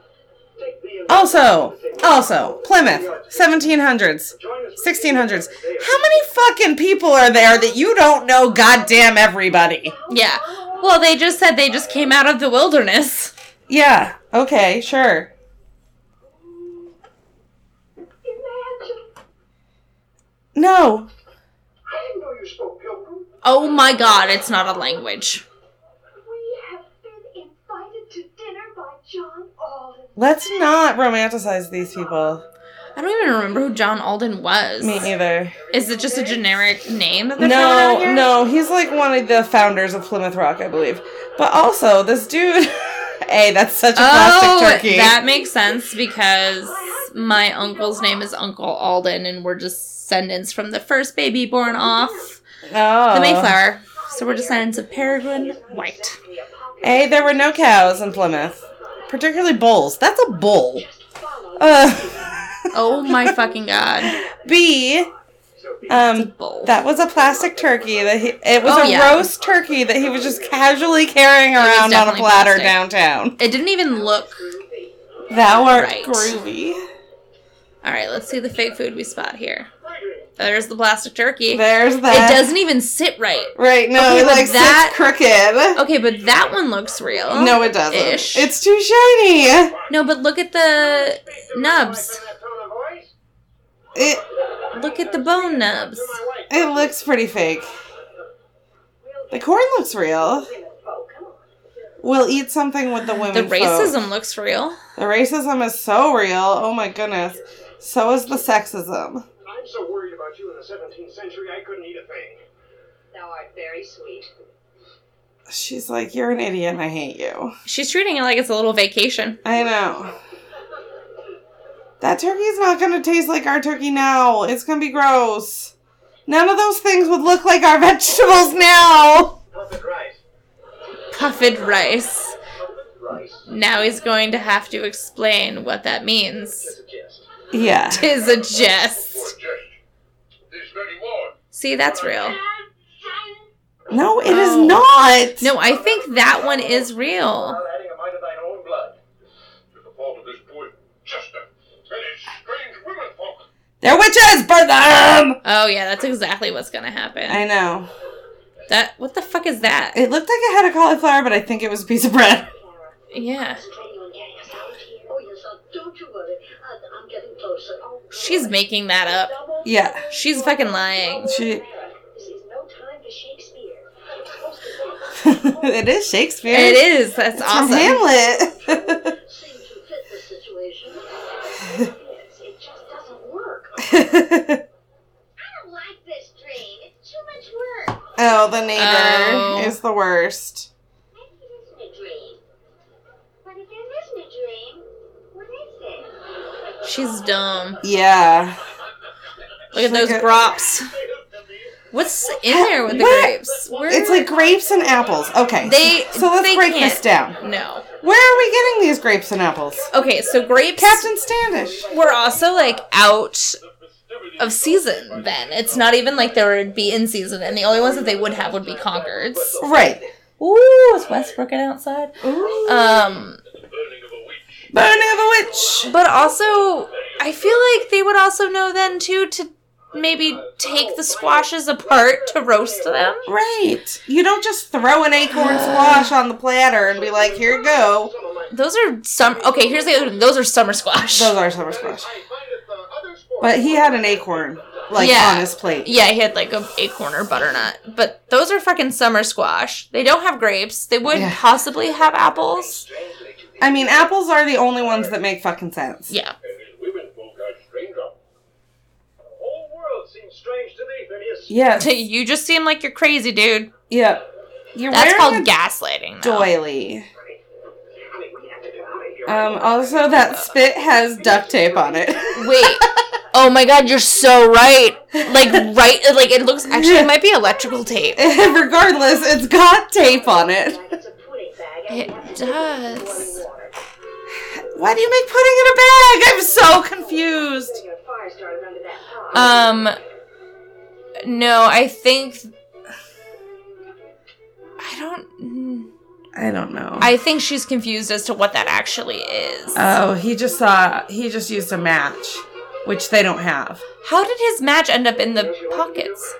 [SPEAKER 4] Take thee and
[SPEAKER 1] Also, also, Plymouth, 1700s, 1600s. How many fucking people are there that you don't know goddamn everybody?
[SPEAKER 2] Yeah. Well, they just said they just came out of the wilderness.
[SPEAKER 1] Yeah, okay, sure.
[SPEAKER 3] Imagine.
[SPEAKER 1] No,
[SPEAKER 4] I didn't know you spoke Pilgrim.
[SPEAKER 2] Oh my god, it's not a language.
[SPEAKER 3] We have been invited to dinner by John Alden.
[SPEAKER 1] Let's not romanticize these people.
[SPEAKER 2] I don't even remember who John Alden was.
[SPEAKER 1] Me either.
[SPEAKER 2] Is it just a generic name that they're throwing out
[SPEAKER 1] No,
[SPEAKER 2] here?
[SPEAKER 1] no, he's like one of the founders of Plymouth Rock, I believe. But also, this dude. hey, that's such a
[SPEAKER 2] Oh,
[SPEAKER 1] plastic turkey.
[SPEAKER 2] that makes sense because my uncle's name is Uncle Alden, and we're descendants from the first baby born off
[SPEAKER 1] oh.
[SPEAKER 2] the Mayflower. So we're descendants of Peregrine White.
[SPEAKER 1] Oh. Hey, there were no cows in Plymouth, particularly bulls. That's a bull. Uh,
[SPEAKER 2] Oh my fucking god!
[SPEAKER 1] B. Um,
[SPEAKER 2] Bull.
[SPEAKER 1] that was a plastic turkey that he, it was
[SPEAKER 2] Oh,
[SPEAKER 1] a
[SPEAKER 2] yeah.
[SPEAKER 1] roast turkey that he was just casually carrying
[SPEAKER 2] was
[SPEAKER 1] around on a
[SPEAKER 2] definitely
[SPEAKER 1] platter
[SPEAKER 2] plastic.
[SPEAKER 1] downtown.
[SPEAKER 2] It didn't even look.
[SPEAKER 1] That were
[SPEAKER 2] Right.
[SPEAKER 1] groovy.
[SPEAKER 2] All right, let's see the fake food we spot here. There's the plastic turkey. It
[SPEAKER 1] There's that.
[SPEAKER 2] doesn't even sit right.
[SPEAKER 1] Right? No,
[SPEAKER 2] Okay,
[SPEAKER 1] it
[SPEAKER 2] but
[SPEAKER 1] like sits
[SPEAKER 2] that-
[SPEAKER 1] crooked.
[SPEAKER 2] Okay, but that one looks real.
[SPEAKER 1] No, it doesn't.
[SPEAKER 2] Ish.
[SPEAKER 1] It's too shiny.
[SPEAKER 2] No, but look at the nubs.
[SPEAKER 4] From that tone of voice?
[SPEAKER 1] It
[SPEAKER 2] Look at the bone nubs.
[SPEAKER 4] My wife.
[SPEAKER 1] it looks pretty fake. The corn looks real. We'll eat something with the women.
[SPEAKER 2] The
[SPEAKER 1] folk.
[SPEAKER 2] racism looks real.
[SPEAKER 1] The racism is so real. Oh my goodness. So is the sexism.
[SPEAKER 4] I'm so worried about you in the 17th century, I couldn't eat a thing.
[SPEAKER 3] Thou art very sweet.
[SPEAKER 1] She's like, you're an idiot. and I hate you.
[SPEAKER 2] She's treating it like it's a little vacation.
[SPEAKER 1] I know. That turkey's not gonna taste like our turkey now. It's gonna be gross. None of those things would look like our vegetables now.
[SPEAKER 4] Puffed rice.
[SPEAKER 2] Puffed rice.
[SPEAKER 4] Rice.
[SPEAKER 2] Now he's going to have to explain what that means.
[SPEAKER 4] Suggest.
[SPEAKER 1] Yeah.
[SPEAKER 2] Tis a jest.
[SPEAKER 4] This very warm.
[SPEAKER 2] See, that's real.
[SPEAKER 1] No, it is
[SPEAKER 2] Oh.
[SPEAKER 1] not.
[SPEAKER 2] No, I think that one is real.
[SPEAKER 4] While adding a mite of thine own blood. To the fault of this boy, Chester, and his strange women folk.
[SPEAKER 1] They're witches, burn them!
[SPEAKER 2] Oh yeah, that's exactly what's gonna happen.
[SPEAKER 1] I know.
[SPEAKER 2] That what the fuck is that?
[SPEAKER 1] It looked like it had a cauliflower, but I think it was a piece of bread.
[SPEAKER 2] Yeah.
[SPEAKER 3] Concentrating on getting us out of here. Oh, yes, uh, don't you worry. Uh, I'm getting closer. Oh,
[SPEAKER 2] She's making that up.
[SPEAKER 3] double.
[SPEAKER 1] Yeah.
[SPEAKER 2] She's fucking lying.
[SPEAKER 1] She.
[SPEAKER 3] This is no time for Shakespeare. Most of
[SPEAKER 1] it is Shakespeare.
[SPEAKER 2] It is. That's
[SPEAKER 1] From
[SPEAKER 2] awesome.
[SPEAKER 1] Hamlet.
[SPEAKER 3] that seems to fit the situation. Yes, it just doesn't work. I don't like this train. It's too much work.
[SPEAKER 1] oh, the neighbor
[SPEAKER 2] Oh.
[SPEAKER 1] is the worst.
[SPEAKER 3] Maybe it isn't a dream. But if it isn't a dream, what is it?
[SPEAKER 2] She's dumb.
[SPEAKER 1] Yeah.
[SPEAKER 2] Look at those grapes. What's in there with the
[SPEAKER 1] What?
[SPEAKER 2] grapes? Where-
[SPEAKER 1] It's like grapes and apples. Okay.
[SPEAKER 2] They-
[SPEAKER 1] so let's
[SPEAKER 2] they
[SPEAKER 1] break
[SPEAKER 2] can't.
[SPEAKER 1] this down.
[SPEAKER 2] no.
[SPEAKER 1] Where are we getting these grapes and apples?
[SPEAKER 2] Okay, so grapes
[SPEAKER 1] Captain Standish.
[SPEAKER 2] were also like out of season then. It's not even like they would be in season and the only ones that they would have would be Concords.
[SPEAKER 1] Right.
[SPEAKER 2] Ooh, is Westbrook outside? Um
[SPEAKER 1] Burning of a witch.
[SPEAKER 2] But also, I feel like they would also know then too to maybe take the squashes apart to roast them.
[SPEAKER 1] Right. You don't just throw an acorn squash on the platter and be like, here you go.
[SPEAKER 2] Those are some. Okay, here's the other one. Those are summer squash.
[SPEAKER 1] Those are summer squash.
[SPEAKER 4] I find it the other sport.
[SPEAKER 1] But he had an acorn, like,
[SPEAKER 2] Yeah.
[SPEAKER 1] on his plate.
[SPEAKER 2] yeah, he had like a acorn or butternut, but those are fucking summer squash. They don't have grapes. They would
[SPEAKER 1] Yeah.
[SPEAKER 2] possibly have apples.
[SPEAKER 1] I mean, apples are the only ones that make fucking sense.
[SPEAKER 2] Yeah,
[SPEAKER 4] And his women folk are strange up. The whole world seems strange to thee, Phineas.
[SPEAKER 1] Yeah.
[SPEAKER 2] you just seem like you're crazy, dude.
[SPEAKER 1] Yeah. You're
[SPEAKER 2] That's called
[SPEAKER 1] wearing
[SPEAKER 2] gaslighting.
[SPEAKER 1] a
[SPEAKER 2] Though.
[SPEAKER 1] doily.
[SPEAKER 4] I mean, we have to get out of here.
[SPEAKER 1] Um, also, that spit has duct tape on it.
[SPEAKER 2] Wait. Oh my god, you're so right. Like right, like it looks. Actually, it might be electrical tape.
[SPEAKER 1] Regardless, it's got tape on it.
[SPEAKER 3] Like it's a pudding bag.
[SPEAKER 2] It does.
[SPEAKER 1] Why do you make pudding in a bag? I'm so confused.
[SPEAKER 3] Your fire started under that pot.
[SPEAKER 2] Um, no, I think I don't.
[SPEAKER 1] I don't know.
[SPEAKER 2] I think she's confused as to what that actually is.
[SPEAKER 1] oh, he just saw. He just used a match, which they don't have.
[SPEAKER 2] How did his match end up in the pockets?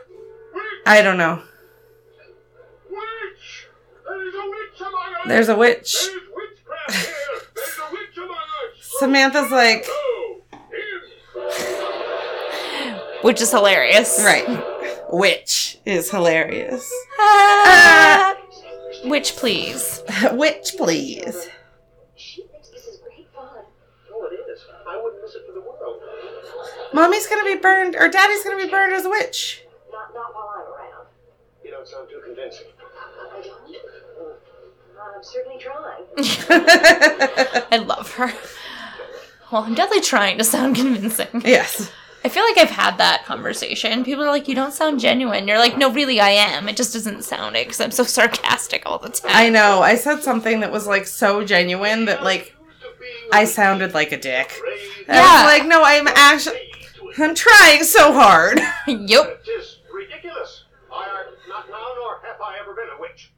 [SPEAKER 1] I don't know.
[SPEAKER 4] Witch! There is a witch among us!
[SPEAKER 1] There's a witch.
[SPEAKER 4] There is witchcraft here! There is a witch among us!
[SPEAKER 1] Samantha's like,
[SPEAKER 4] No! Him!
[SPEAKER 2] Which is hilarious.
[SPEAKER 1] right. which is hilarious.
[SPEAKER 2] Ah. Which, please.
[SPEAKER 1] which, please.
[SPEAKER 3] She thinks this is great fun.
[SPEAKER 4] Oh, it is. I wouldn't miss it for the world.
[SPEAKER 1] Mommy's gonna be burned, or daddy's gonna be burned as a witch.
[SPEAKER 3] Not not while I'm around.
[SPEAKER 4] You don't sound too convincing.
[SPEAKER 3] I don't. I'm certainly trying.
[SPEAKER 2] I love her. Well, I'm definitely trying to sound convincing.
[SPEAKER 1] yes.
[SPEAKER 2] I feel like I've had that conversation. People are like, you don't sound genuine. You're like, no, really, I am. It just doesn't sound it because I'm so sarcastic all the time.
[SPEAKER 1] I know. I said something that was like so genuine that like I sounded like a dick. I
[SPEAKER 2] Yeah.
[SPEAKER 1] was like, no, I'm actually I'm trying so hard.
[SPEAKER 2] yep.
[SPEAKER 4] Tis ridiculous. I am not now, nor have I ever been a witch.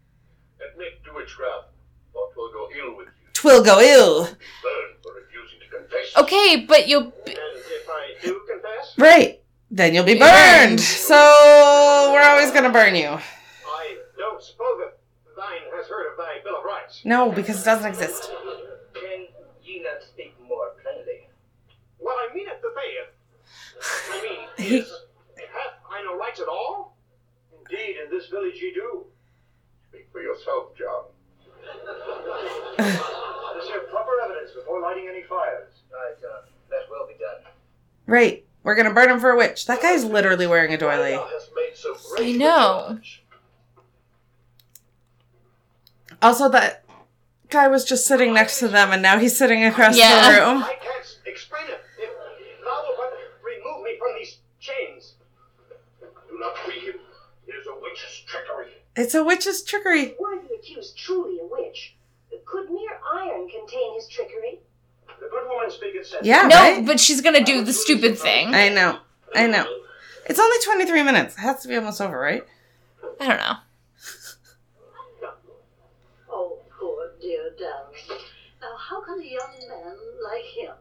[SPEAKER 4] Admit to witchcraft, or 'twill go ill with you.
[SPEAKER 1] Twill go ill.
[SPEAKER 4] Burn for refusing to confess.
[SPEAKER 2] Okay, but you'll. b-
[SPEAKER 4] And if I do confess,
[SPEAKER 1] Right. Then you'll be
[SPEAKER 2] burned.
[SPEAKER 1] burned. So we're always gonna burn you.
[SPEAKER 4] I don't suppose that thine has heard of thy Bill of Rights.
[SPEAKER 1] No, because it doesn't exist.
[SPEAKER 5] Can ye not speak more plainly?
[SPEAKER 4] Well, I mean it the bayeth. I mean, is, hath I no rights at all? Indeed, in this village ye do. Speak for yourself, John. Is there proper evidence before lighting any fires?
[SPEAKER 5] Aye, John. uh, That will be done.
[SPEAKER 1] Right. We're gonna burn him for a witch. That guy's literally wearing a doily.
[SPEAKER 4] Thou hast made so
[SPEAKER 2] I
[SPEAKER 4] great
[SPEAKER 2] know.
[SPEAKER 1] Also, that guy was just sitting next to them, and now he's sitting across
[SPEAKER 2] Yeah.
[SPEAKER 1] the room.
[SPEAKER 4] I can't s- explain it. If thou wilt but remove me from these chains. Do not weep. It is a witch's trickery.
[SPEAKER 1] It's a witch's trickery.
[SPEAKER 3] Were the accused truly a witch? Could mere iron contain his trickery?
[SPEAKER 4] The good woman speaketh sense.
[SPEAKER 1] Yeah.
[SPEAKER 2] No,
[SPEAKER 1] right?
[SPEAKER 2] but she's gonna do the stupid thing. I
[SPEAKER 1] I know. I know. It's only 23 minutes. It has to be almost over, right?
[SPEAKER 2] don't know.
[SPEAKER 3] Oh, poor dear darling. Now, how can a young man like him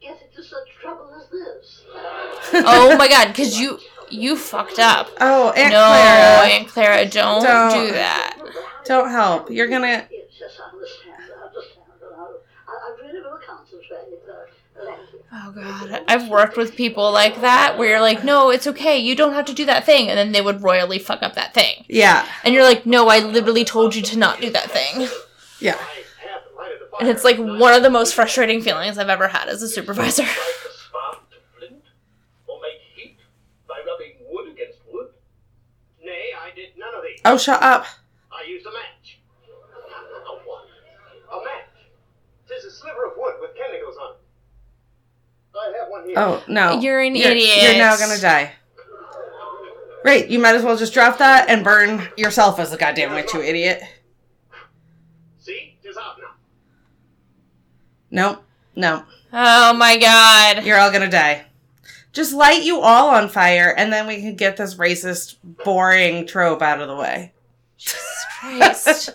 [SPEAKER 3] get into such trouble as this?
[SPEAKER 2] Oh my god, because you you fucked up.
[SPEAKER 1] Oh, Aunt
[SPEAKER 2] no,
[SPEAKER 1] Clara.
[SPEAKER 2] Aunt Clara, don't,
[SPEAKER 1] Don't.
[SPEAKER 2] do that.
[SPEAKER 1] Don't help. You're gonna.
[SPEAKER 3] Yes, yes, I understand. I understand. And I, I, I really will concentrate. Uh, thank you.
[SPEAKER 2] Oh god, I've worked with people like that where you're like, no, it's okay, you don't have to do that thing, and then they would royally fuck up that thing,
[SPEAKER 1] Yeah.
[SPEAKER 2] and you're like, no, I literally told you to not do that thing,
[SPEAKER 1] Yeah.
[SPEAKER 4] I have lighted the fire.
[SPEAKER 2] and it's like one of the most frustrating feelings I've ever had as a supervisor.
[SPEAKER 4] Strike a spark to flint, or make heat by rubbing wood against wood. Nay, I did none of these.
[SPEAKER 1] Oh, shut up.
[SPEAKER 4] I used a match. A what? A match. Tis a sliver of wood with chemicals on it. I have one here.
[SPEAKER 1] Oh, no.
[SPEAKER 2] You're an idiot.
[SPEAKER 1] You're now gonna die. Right. You might as well just drop that and burn yourself as a goddamn witch, you idiot.
[SPEAKER 4] See? Tis out now.
[SPEAKER 1] Nope. No.
[SPEAKER 2] Oh my god.
[SPEAKER 1] You're all gonna die. Just light you all on fire, and then we can get this racist, boring trope out of the way.
[SPEAKER 2] Jesus Christ.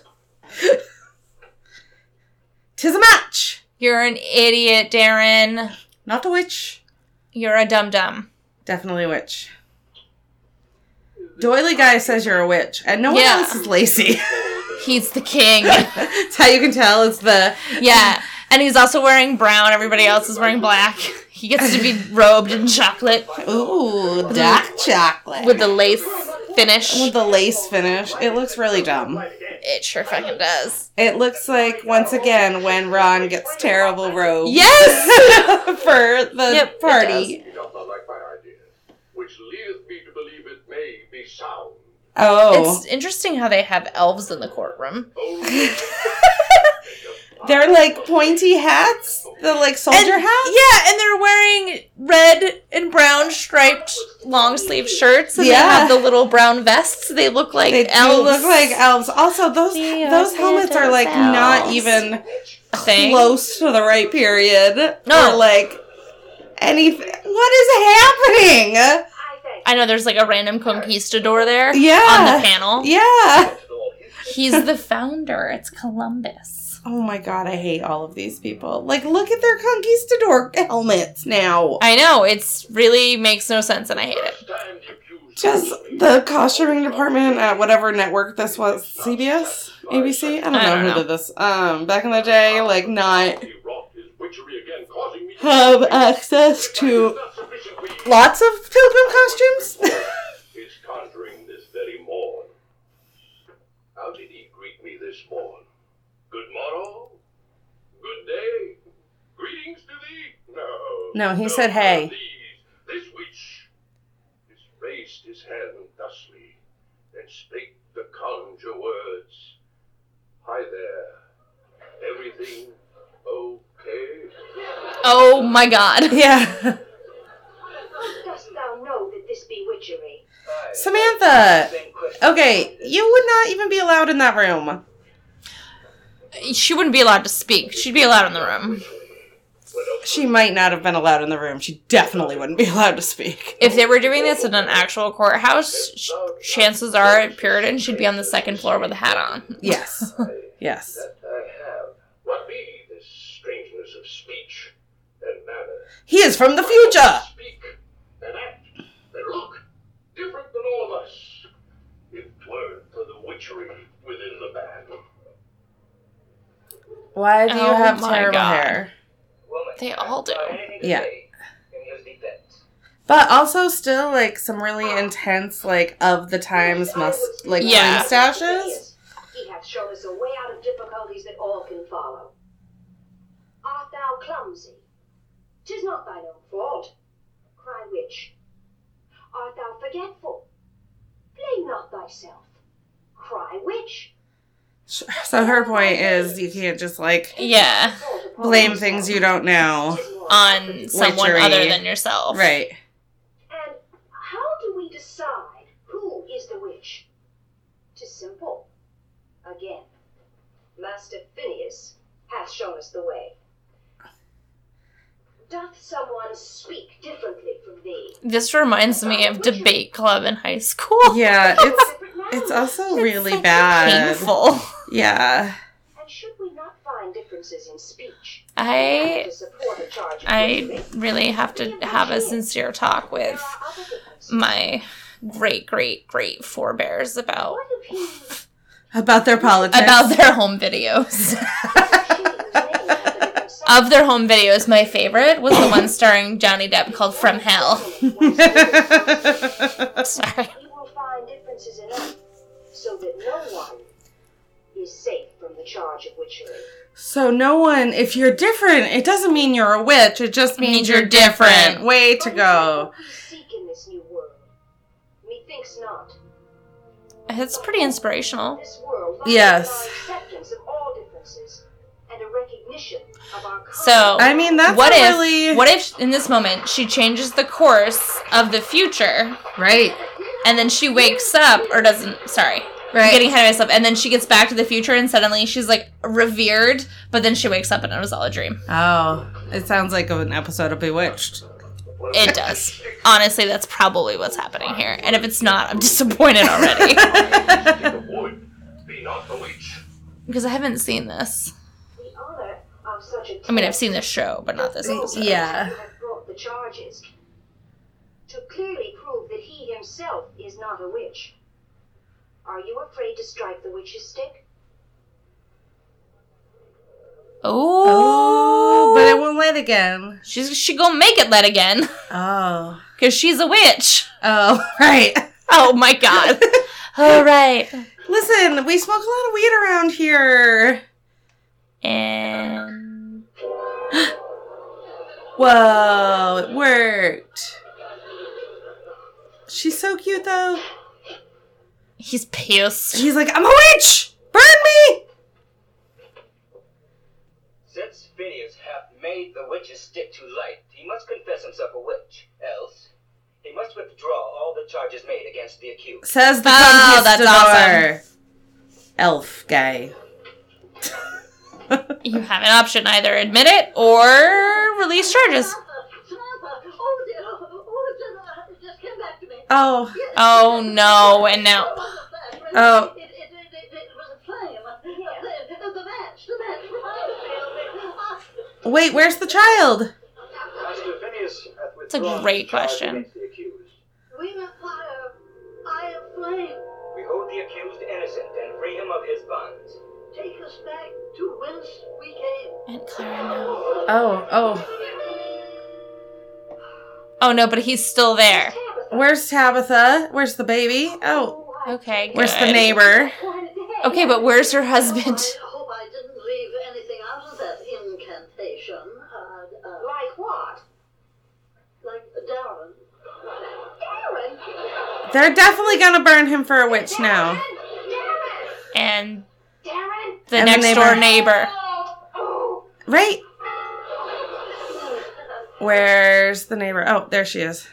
[SPEAKER 1] Tis a match,
[SPEAKER 2] You're an idiot, Darren.
[SPEAKER 1] not a witch.
[SPEAKER 2] You're a dum dum.
[SPEAKER 1] Definitely a witch. Doily guy says you're a witch, and no one
[SPEAKER 2] Yeah.
[SPEAKER 1] else is lazy.
[SPEAKER 2] He's the king.
[SPEAKER 1] That's how you can tell. It's the
[SPEAKER 2] Yeah. And he's also wearing brown. Everybody else is wearing black. He gets to be robed in chocolate
[SPEAKER 1] ooh dark chocolate
[SPEAKER 2] with the lace finish.
[SPEAKER 1] with the lace finish. It looks really dumb.
[SPEAKER 2] It sure fucking does.
[SPEAKER 1] It looks like once again when Ron gets terrible robe.
[SPEAKER 2] Yes!
[SPEAKER 1] for the
[SPEAKER 2] Yep, it
[SPEAKER 1] party.
[SPEAKER 4] He doth not like my ideas, which leadeth me to believe it may be sound.
[SPEAKER 1] Oh,
[SPEAKER 2] It's interesting how they have elves in the courtroom.
[SPEAKER 4] Only
[SPEAKER 1] they're like pointy hats, the like soldier hats.
[SPEAKER 2] Yeah, and they're wearing red and brown striped long sleeve shirts and
[SPEAKER 1] Yeah.
[SPEAKER 2] they have the little brown vests. They look like
[SPEAKER 1] They
[SPEAKER 2] elves.
[SPEAKER 1] do look like elves. Also, those
[SPEAKER 2] They are
[SPEAKER 1] those helmets are like
[SPEAKER 2] Santa's
[SPEAKER 1] not
[SPEAKER 2] elves.
[SPEAKER 1] even
[SPEAKER 2] a thing.
[SPEAKER 1] close to the right period.
[SPEAKER 2] No.
[SPEAKER 1] or like anything. What is happening?
[SPEAKER 3] I thank
[SPEAKER 2] I know there's like a random conquistador there on
[SPEAKER 1] Yeah.
[SPEAKER 2] the panel.
[SPEAKER 1] Yeah.
[SPEAKER 2] He's the founder. It's Columbus.
[SPEAKER 1] Oh my god, I hate all of these people. Like, look at their conquistador helmets now.
[SPEAKER 2] I know it's really makes no sense, and I hate it.
[SPEAKER 4] stand accused.
[SPEAKER 1] Just the costuming department at whatever network this was, CBS, ABC. I don't know
[SPEAKER 2] I don't
[SPEAKER 1] who
[SPEAKER 2] know.
[SPEAKER 1] did this. Um, back in the day, like not
[SPEAKER 4] He wrought his witchery again, causing me to
[SPEAKER 1] have access to
[SPEAKER 4] Not sufficiently
[SPEAKER 1] lots of pilgrim costumes.
[SPEAKER 4] his conjuring Nay, greetings to thee. No.
[SPEAKER 1] No, he said, "Hey."
[SPEAKER 4] these, This witch. This raised his hand thusly, and spake the conjure words. Hi there. Everything okay?
[SPEAKER 2] Oh my god.
[SPEAKER 1] Yeah.
[SPEAKER 3] Dost thou know that this be witchery?
[SPEAKER 1] Samantha.
[SPEAKER 5] Same question.
[SPEAKER 1] Okay, you would not even be allowed in that room.
[SPEAKER 2] She wouldn't be allowed to speak. She'd be allowed in the room.
[SPEAKER 1] She might not have been allowed in the room. She definitely wouldn't be allowed to speak.
[SPEAKER 2] If they were doing this in an actual courthouse, sh- chances are Puritan should be on the second floor with a hat on.
[SPEAKER 1] Yes. Yes.
[SPEAKER 4] I have. What be this strangeness of speech and manner?
[SPEAKER 1] He is from the future.
[SPEAKER 4] Speak and act and look different than all of us. If 'twere for the witchery within the man.
[SPEAKER 1] Why do you
[SPEAKER 2] Oh
[SPEAKER 1] have
[SPEAKER 2] my
[SPEAKER 1] terrible
[SPEAKER 2] God.
[SPEAKER 1] hair?
[SPEAKER 5] Woman,
[SPEAKER 2] They all do.
[SPEAKER 5] anything to
[SPEAKER 1] Yeah.
[SPEAKER 5] say in his defense.
[SPEAKER 1] But also still like some really intense like of the times must like
[SPEAKER 2] Yeah.
[SPEAKER 1] mustaches.
[SPEAKER 3] He hath shown us a way out of difficulties that all can follow. Art thou clumsy? Tis not thine own fault. Cry witch. Art thou forgetful? Blame not thyself. Cry witch.
[SPEAKER 1] So her point is you can't just like
[SPEAKER 2] Yeah.
[SPEAKER 3] Fault upon
[SPEAKER 1] blame
[SPEAKER 3] thyself.
[SPEAKER 1] things you don't know.
[SPEAKER 3] Tis more
[SPEAKER 2] On someone
[SPEAKER 1] Witchery.
[SPEAKER 2] other than yourself.
[SPEAKER 1] Right.
[SPEAKER 3] And how do we decide who is the witch? Tis simple. Again, Master Phineas hath shown us the way. Doth someone speak differently from thee?
[SPEAKER 2] This reminds me of debate club in high school.
[SPEAKER 1] Yeah, it's
[SPEAKER 3] Different now?
[SPEAKER 1] it's also really
[SPEAKER 2] so
[SPEAKER 1] bad.
[SPEAKER 2] Painful.
[SPEAKER 1] Yeah.
[SPEAKER 3] And should we not find differences in speech
[SPEAKER 2] I
[SPEAKER 3] to support a charge of
[SPEAKER 2] I
[SPEAKER 3] witchery?
[SPEAKER 2] really have to have a sincere talk
[SPEAKER 3] There
[SPEAKER 2] with
[SPEAKER 3] are other differences.
[SPEAKER 2] my great great great forebears about
[SPEAKER 3] What if he
[SPEAKER 1] About their politics.
[SPEAKER 2] about their home videos. of their home videos, my favorite was the one starring Johnny Depp called From Hell. Sorry.
[SPEAKER 3] We will find differences in us so that no one is safe from the charge of witchery.
[SPEAKER 1] so no one if you're different, it doesn't mean you're a witch, it just means,
[SPEAKER 2] means
[SPEAKER 1] you're,
[SPEAKER 2] you're
[SPEAKER 1] different.
[SPEAKER 2] different.
[SPEAKER 1] Way to go.
[SPEAKER 3] What we seek in this new world? Methinks not.
[SPEAKER 2] It's pretty inspirational.
[SPEAKER 3] This world lies
[SPEAKER 1] Yes.
[SPEAKER 3] in our acceptance of all differences and a recognition of our common
[SPEAKER 2] So
[SPEAKER 1] I mean that's
[SPEAKER 2] what
[SPEAKER 1] a
[SPEAKER 2] if
[SPEAKER 1] really
[SPEAKER 2] what if in this moment she changes the course of the future
[SPEAKER 1] right.
[SPEAKER 2] and then she wakes up or doesn't sorry
[SPEAKER 1] Right.
[SPEAKER 2] I'm getting ahead of myself and then she gets back to the future and suddenly she's like revered but then she wakes up and it was all a dream
[SPEAKER 1] Oh, it sounds like an episode of Bewitched.
[SPEAKER 2] it does honestly that's probably what's happening here and if it's not i'm disappointed already
[SPEAKER 4] The wood be not the witch.
[SPEAKER 2] because i haven't seen this
[SPEAKER 3] the honor of such a
[SPEAKER 2] i mean i've seen this show but not this episode
[SPEAKER 1] Yeah.
[SPEAKER 3] who have brought the charges to clearly prove that he himself is not a witch. Are you afraid to strike the witch's stick?
[SPEAKER 2] oh
[SPEAKER 1] But it won't light again.
[SPEAKER 2] she's she gonna make it let again
[SPEAKER 1] Oh.
[SPEAKER 2] because she's a witch
[SPEAKER 1] Oh, right.
[SPEAKER 2] oh my god all right
[SPEAKER 1] Listen, we smoke a lot of weed around here.
[SPEAKER 2] and
[SPEAKER 1] Whoa, it worked. She's so cute though.
[SPEAKER 2] he's pissed
[SPEAKER 1] He's like, I'm a witch! Burn me!
[SPEAKER 5] Since Phineas hath made the witch's stick to light, he must confess himself a witch. Else, he must withdraw all the charges made against the accused.
[SPEAKER 1] Says the
[SPEAKER 2] Oh, that's
[SPEAKER 1] conquistador. Elf guy.
[SPEAKER 2] you have an option either admit it or release charges
[SPEAKER 3] Oh dear, oh dear, just came back to me.
[SPEAKER 1] Oh,
[SPEAKER 2] oh no and now
[SPEAKER 1] Oh.
[SPEAKER 3] It, it, it, it, it was a flame. A flame. The match, the match reminded me of it. Ah,
[SPEAKER 1] wait, where's the child?
[SPEAKER 4] Master Phineas hath
[SPEAKER 2] a
[SPEAKER 4] withdrawn
[SPEAKER 2] great
[SPEAKER 4] the charge
[SPEAKER 2] question.
[SPEAKER 4] against the accused.
[SPEAKER 3] We were fire, I am flame.
[SPEAKER 5] We hold the accused innocent and free him of his bonds.
[SPEAKER 3] Take us back to whence we came.
[SPEAKER 2] and clara no
[SPEAKER 1] Oh, oh.
[SPEAKER 2] oh no but he's still there
[SPEAKER 1] Where's Tabitha? Where's the baby? Oh,
[SPEAKER 2] okay
[SPEAKER 1] where's the
[SPEAKER 2] good.
[SPEAKER 1] neighbor?
[SPEAKER 2] Okay, but where's her husband?
[SPEAKER 3] I hope I didn't leave anything out of that uh, incant.
[SPEAKER 1] They're definitely gonna burn him for a witch now.
[SPEAKER 3] Darren!
[SPEAKER 2] and
[SPEAKER 3] Darren!
[SPEAKER 2] the
[SPEAKER 1] And the
[SPEAKER 2] next door
[SPEAKER 1] neighbor.
[SPEAKER 2] neighbor.
[SPEAKER 3] Oh,
[SPEAKER 1] Right? Where's the neighbor? Oh, there she is.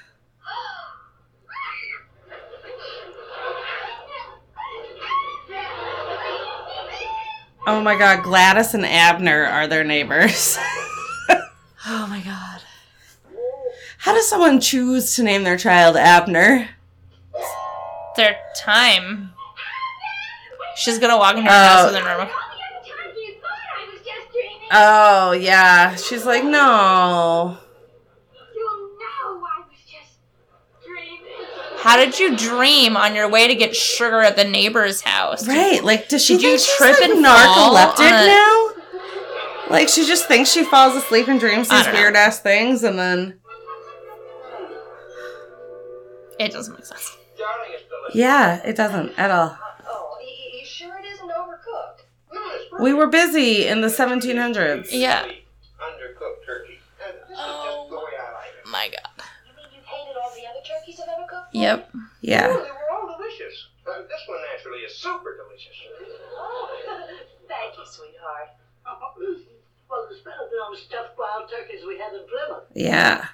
[SPEAKER 1] Oh my god, Gladys and Abner are their neighbors.
[SPEAKER 2] Oh my god.
[SPEAKER 1] How does someone choose to name their child Abner?
[SPEAKER 2] Their time. She's gonna walk in her
[SPEAKER 1] Oh.
[SPEAKER 2] house with an remote.
[SPEAKER 3] all the other times you thought I was just dreaming,
[SPEAKER 1] Oh, yeah. She's like, no.
[SPEAKER 3] you'll know I was just dreaming.
[SPEAKER 2] How did you dream on your way to get sugar at the neighbor's house?
[SPEAKER 1] Right. Like, does she
[SPEAKER 2] Did you
[SPEAKER 1] think she's
[SPEAKER 2] trip
[SPEAKER 1] like,
[SPEAKER 2] and fall
[SPEAKER 1] narcoleptic
[SPEAKER 2] on a-
[SPEAKER 1] now? Like, she just thinks she falls asleep and dreams
[SPEAKER 2] I
[SPEAKER 1] these
[SPEAKER 2] don't know.
[SPEAKER 1] weird ass things, and then.
[SPEAKER 2] It doesn't make sense.
[SPEAKER 5] Darling, it's delicious.
[SPEAKER 1] Yeah, it doesn't at all.
[SPEAKER 3] Oh, you, you sure it isn't overcooked?
[SPEAKER 5] No, it's perfect.
[SPEAKER 1] We were busy in the 1700s.
[SPEAKER 2] Yeah.
[SPEAKER 5] Undercooked turkey. And this is
[SPEAKER 2] Oh.
[SPEAKER 5] just the way I like it.
[SPEAKER 2] My god.
[SPEAKER 3] You mean you've hated all the other turkeys I've ever cooked?
[SPEAKER 2] Yep.
[SPEAKER 1] Yeah.
[SPEAKER 5] Well, they were all delicious. Uh, this one naturally is super delicious.
[SPEAKER 3] Oh, thank you, sweetheart. Mm-hmm.
[SPEAKER 4] Well, it's better than those stuffed wild turkeys we had in Plymouth.
[SPEAKER 1] Yeah.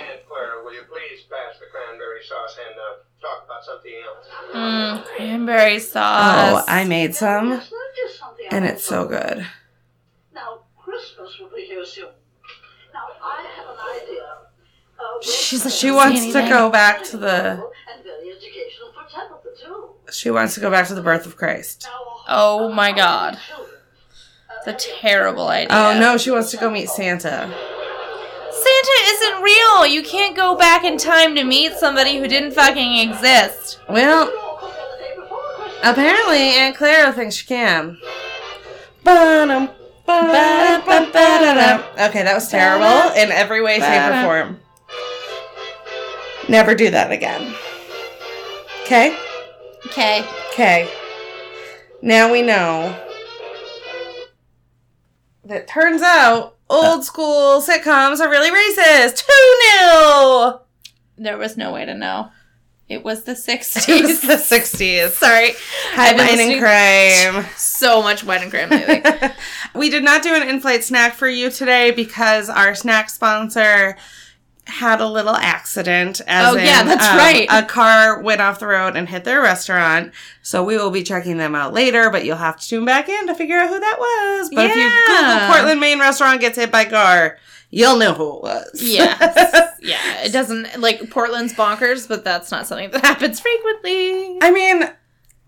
[SPEAKER 5] And Clara, will you please pass the cranberry sauce and uh, talk about something else?
[SPEAKER 2] Mm, cranberry sauce.
[SPEAKER 1] Oh, I made
[SPEAKER 2] Um,
[SPEAKER 1] some,
[SPEAKER 4] Yes, that is something I
[SPEAKER 1] and
[SPEAKER 4] want
[SPEAKER 1] it's
[SPEAKER 4] to
[SPEAKER 1] so good.
[SPEAKER 4] Now, Christmas will be here soon. Now, I have an idea. Uh, we're
[SPEAKER 2] She's like,
[SPEAKER 1] She
[SPEAKER 2] "Say
[SPEAKER 1] wants to
[SPEAKER 2] anything."
[SPEAKER 1] go back to the.
[SPEAKER 4] And very educational for Tabitha, too.
[SPEAKER 1] She wants to go back to the birth of Christ.
[SPEAKER 4] Now,
[SPEAKER 2] Oh my
[SPEAKER 4] how many
[SPEAKER 2] god.
[SPEAKER 4] children?
[SPEAKER 2] It's a terrible idea.
[SPEAKER 1] Oh no, she wants to go meet Santa.
[SPEAKER 2] Santa isn't real. You can't go back in time to meet somebody who didn't fucking exist.
[SPEAKER 1] Well,
[SPEAKER 4] Oh, cook on the day before Christmas.
[SPEAKER 1] apparently Aunt Clara thinks she can. Ba-dum, ba-dum, ba-dum. Okay, that was terrible in every way, shape, or form. Never do that again. Okay?
[SPEAKER 2] Okay.
[SPEAKER 1] Okay. Now we know. That turns out old school sitcoms are really racist. Who knew?
[SPEAKER 2] There was no way to know. It was the 60s.
[SPEAKER 1] It was the 60s.
[SPEAKER 2] Sorry.
[SPEAKER 1] High
[SPEAKER 2] I've been
[SPEAKER 1] mine in
[SPEAKER 2] listening-
[SPEAKER 1] crime.
[SPEAKER 2] So much wine and cream lately.
[SPEAKER 1] we did not do an in-flight snack for you today because our snack sponsor had a little accident. As
[SPEAKER 2] Oh, yeah,
[SPEAKER 1] in,
[SPEAKER 2] that's
[SPEAKER 1] um,
[SPEAKER 2] right.
[SPEAKER 1] A car went off the road and hit their restaurant. So we will be checking them out later, but you'll have to tune back in to figure out who that was. But if you
[SPEAKER 2] Yeah.
[SPEAKER 1] Google Portland Maine restaurant gets hit by car, you'll know who it was.
[SPEAKER 2] yeah. Yeah. It doesn't, like, Portland's bonkers, but that's not something that happens frequently.
[SPEAKER 1] I mean,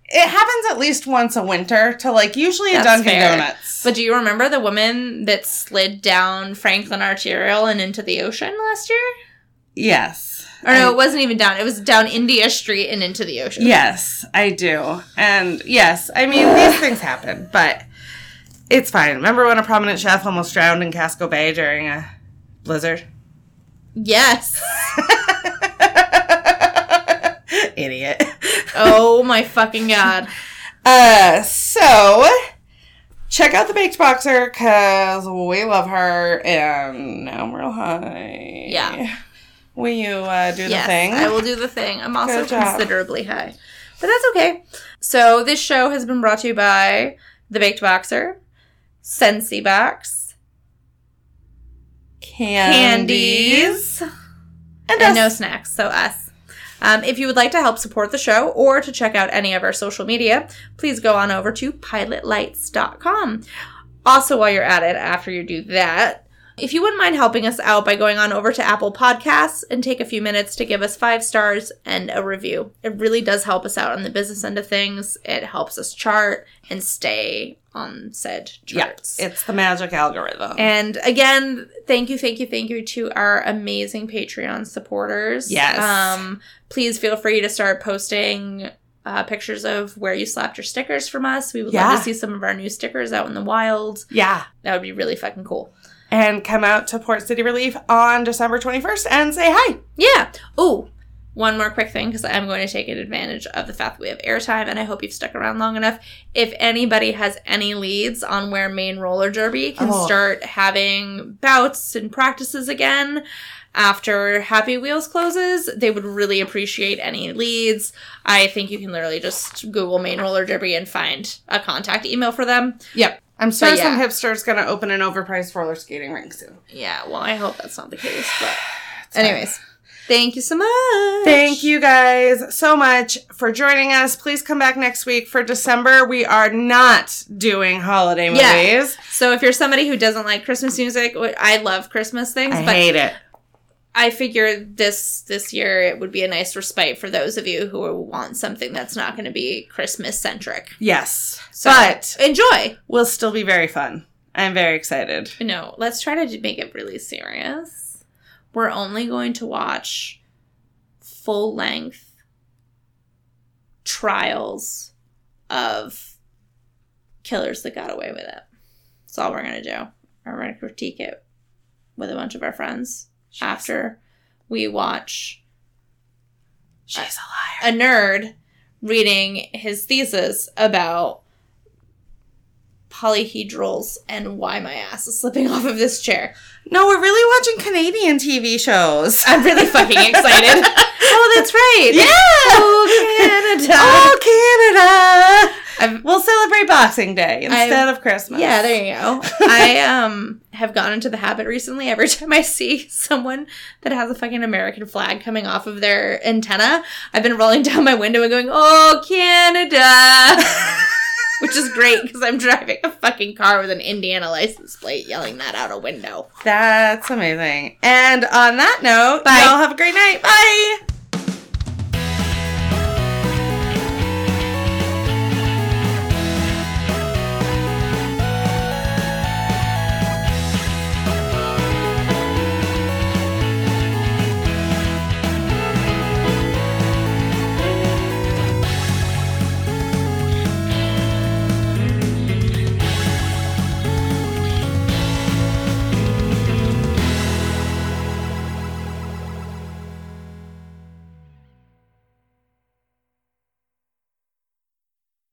[SPEAKER 1] it happens at least once a winter to like usually a
[SPEAKER 2] That's
[SPEAKER 1] Dunkin'
[SPEAKER 2] fair.
[SPEAKER 1] Donuts.
[SPEAKER 2] But do you remember the woman that slid down Franklin Arterial and into the ocean last year?
[SPEAKER 1] yes.
[SPEAKER 2] Or no, it wasn't even down. It was down India Street and into the ocean.
[SPEAKER 1] Yes, I do. And yes, I mean, these things happen, but it's fine. Remember when a prominent chef almost drowned in Casco Bay during a blizzard?
[SPEAKER 2] Yes.
[SPEAKER 1] Idiot.
[SPEAKER 2] oh my fucking god.
[SPEAKER 1] Uh, so check out the baked boxer because we love her and now I'm real high.
[SPEAKER 2] Yeah.
[SPEAKER 1] Will you uh, do
[SPEAKER 2] yes.
[SPEAKER 1] the thing?
[SPEAKER 2] I will do the thing. I'm also
[SPEAKER 1] Good job.
[SPEAKER 2] considerably high. But that's okay. So this show has been brought to you by The Baked Boxer, Sensi Box, Candies.
[SPEAKER 1] And
[SPEAKER 2] and
[SPEAKER 1] us.
[SPEAKER 2] no snacks, so us. Um, if you would like to help support the show or to check out any of our social media, please go on over to pilotlights.com. Also, while you're at it, after you do that, if you wouldn't mind helping us out by going on over to Apple Podcasts and take a few minutes to give us five stars and a review, it really does help us out on the business end of things. It helps us chart and stay on said charts.
[SPEAKER 1] It's the magic algorithm.
[SPEAKER 2] And again, thank you, thank you, thank you to our amazing Patreon supporters.
[SPEAKER 1] Yes.
[SPEAKER 2] Um, please feel free to start posting uh, pictures of where you slapped your stickers from us. We would love
[SPEAKER 1] Yeah.
[SPEAKER 2] to see some of our new stickers out in the wild.
[SPEAKER 1] yeah.
[SPEAKER 2] That would be really fucking cool.
[SPEAKER 1] and come out to Port City Relief on December 21st and say hi.
[SPEAKER 2] Yeah. Ooh, one more quick thing because I'm going to take advantage of the fact that we have airtime and I hope you've stuck around long enough. If anybody has any leads on where Maine roller derby can
[SPEAKER 1] Oh.
[SPEAKER 2] start having bouts and practices again, after Happy Wheels closes. They would really appreciate any leads. I think you can literally just Google Main Roller Derby and find a contact email for them.
[SPEAKER 1] Yep. I'm sure
[SPEAKER 2] But
[SPEAKER 1] some
[SPEAKER 2] yeah.
[SPEAKER 1] hipster's gonna open an overpriced roller skating rink soon.
[SPEAKER 2] Yeah, well, I hope that's not the case. But, anyways, thank you so much.
[SPEAKER 1] Thank you guys so much for joining us. Please come back next week for December. We are not doing holiday movies.
[SPEAKER 2] Yeah. So, if you're somebody who doesn't like Christmas music, wh- I love Christmas things,
[SPEAKER 1] I
[SPEAKER 2] but
[SPEAKER 1] hate it.
[SPEAKER 2] I figure this this year it would be a nice respite for those of you who want something that's not going to be Christmas centric.
[SPEAKER 1] Yes.
[SPEAKER 2] So
[SPEAKER 1] But
[SPEAKER 2] enjoy.
[SPEAKER 1] will still be very fun. I'm very excited.
[SPEAKER 2] No, let's try to d- make it really serious. We're only going to watch full length trials of killers that got away with it. That's all we're going to do. And we're going to critique it with a bunch of our friends after we watch
[SPEAKER 1] She's a
[SPEAKER 2] a nerd reading his thesis about polyhedrals and why my ass is slipping off of this chair.
[SPEAKER 1] No, we're really watching Canadian TV shows.
[SPEAKER 2] I'm really fucking excited. oh, that's right.
[SPEAKER 1] Yeah.
[SPEAKER 2] Oh, Canada.
[SPEAKER 1] Oh, Canada!
[SPEAKER 2] I've-
[SPEAKER 1] we'll celebrate Boxing Day instead of Christmas.
[SPEAKER 2] Yeah, there you go. I um have gotten into the habit recently. Every time I see someone that has a fucking American flag coming off of their antenna, I've been rolling down my window and going, "Oh, Canada," which is great because I'm driving a fucking car with an Indiana license plate, yelling that out a window.
[SPEAKER 1] That's amazing. And on that note,
[SPEAKER 2] Bye.
[SPEAKER 1] y'all have a great night. Bye.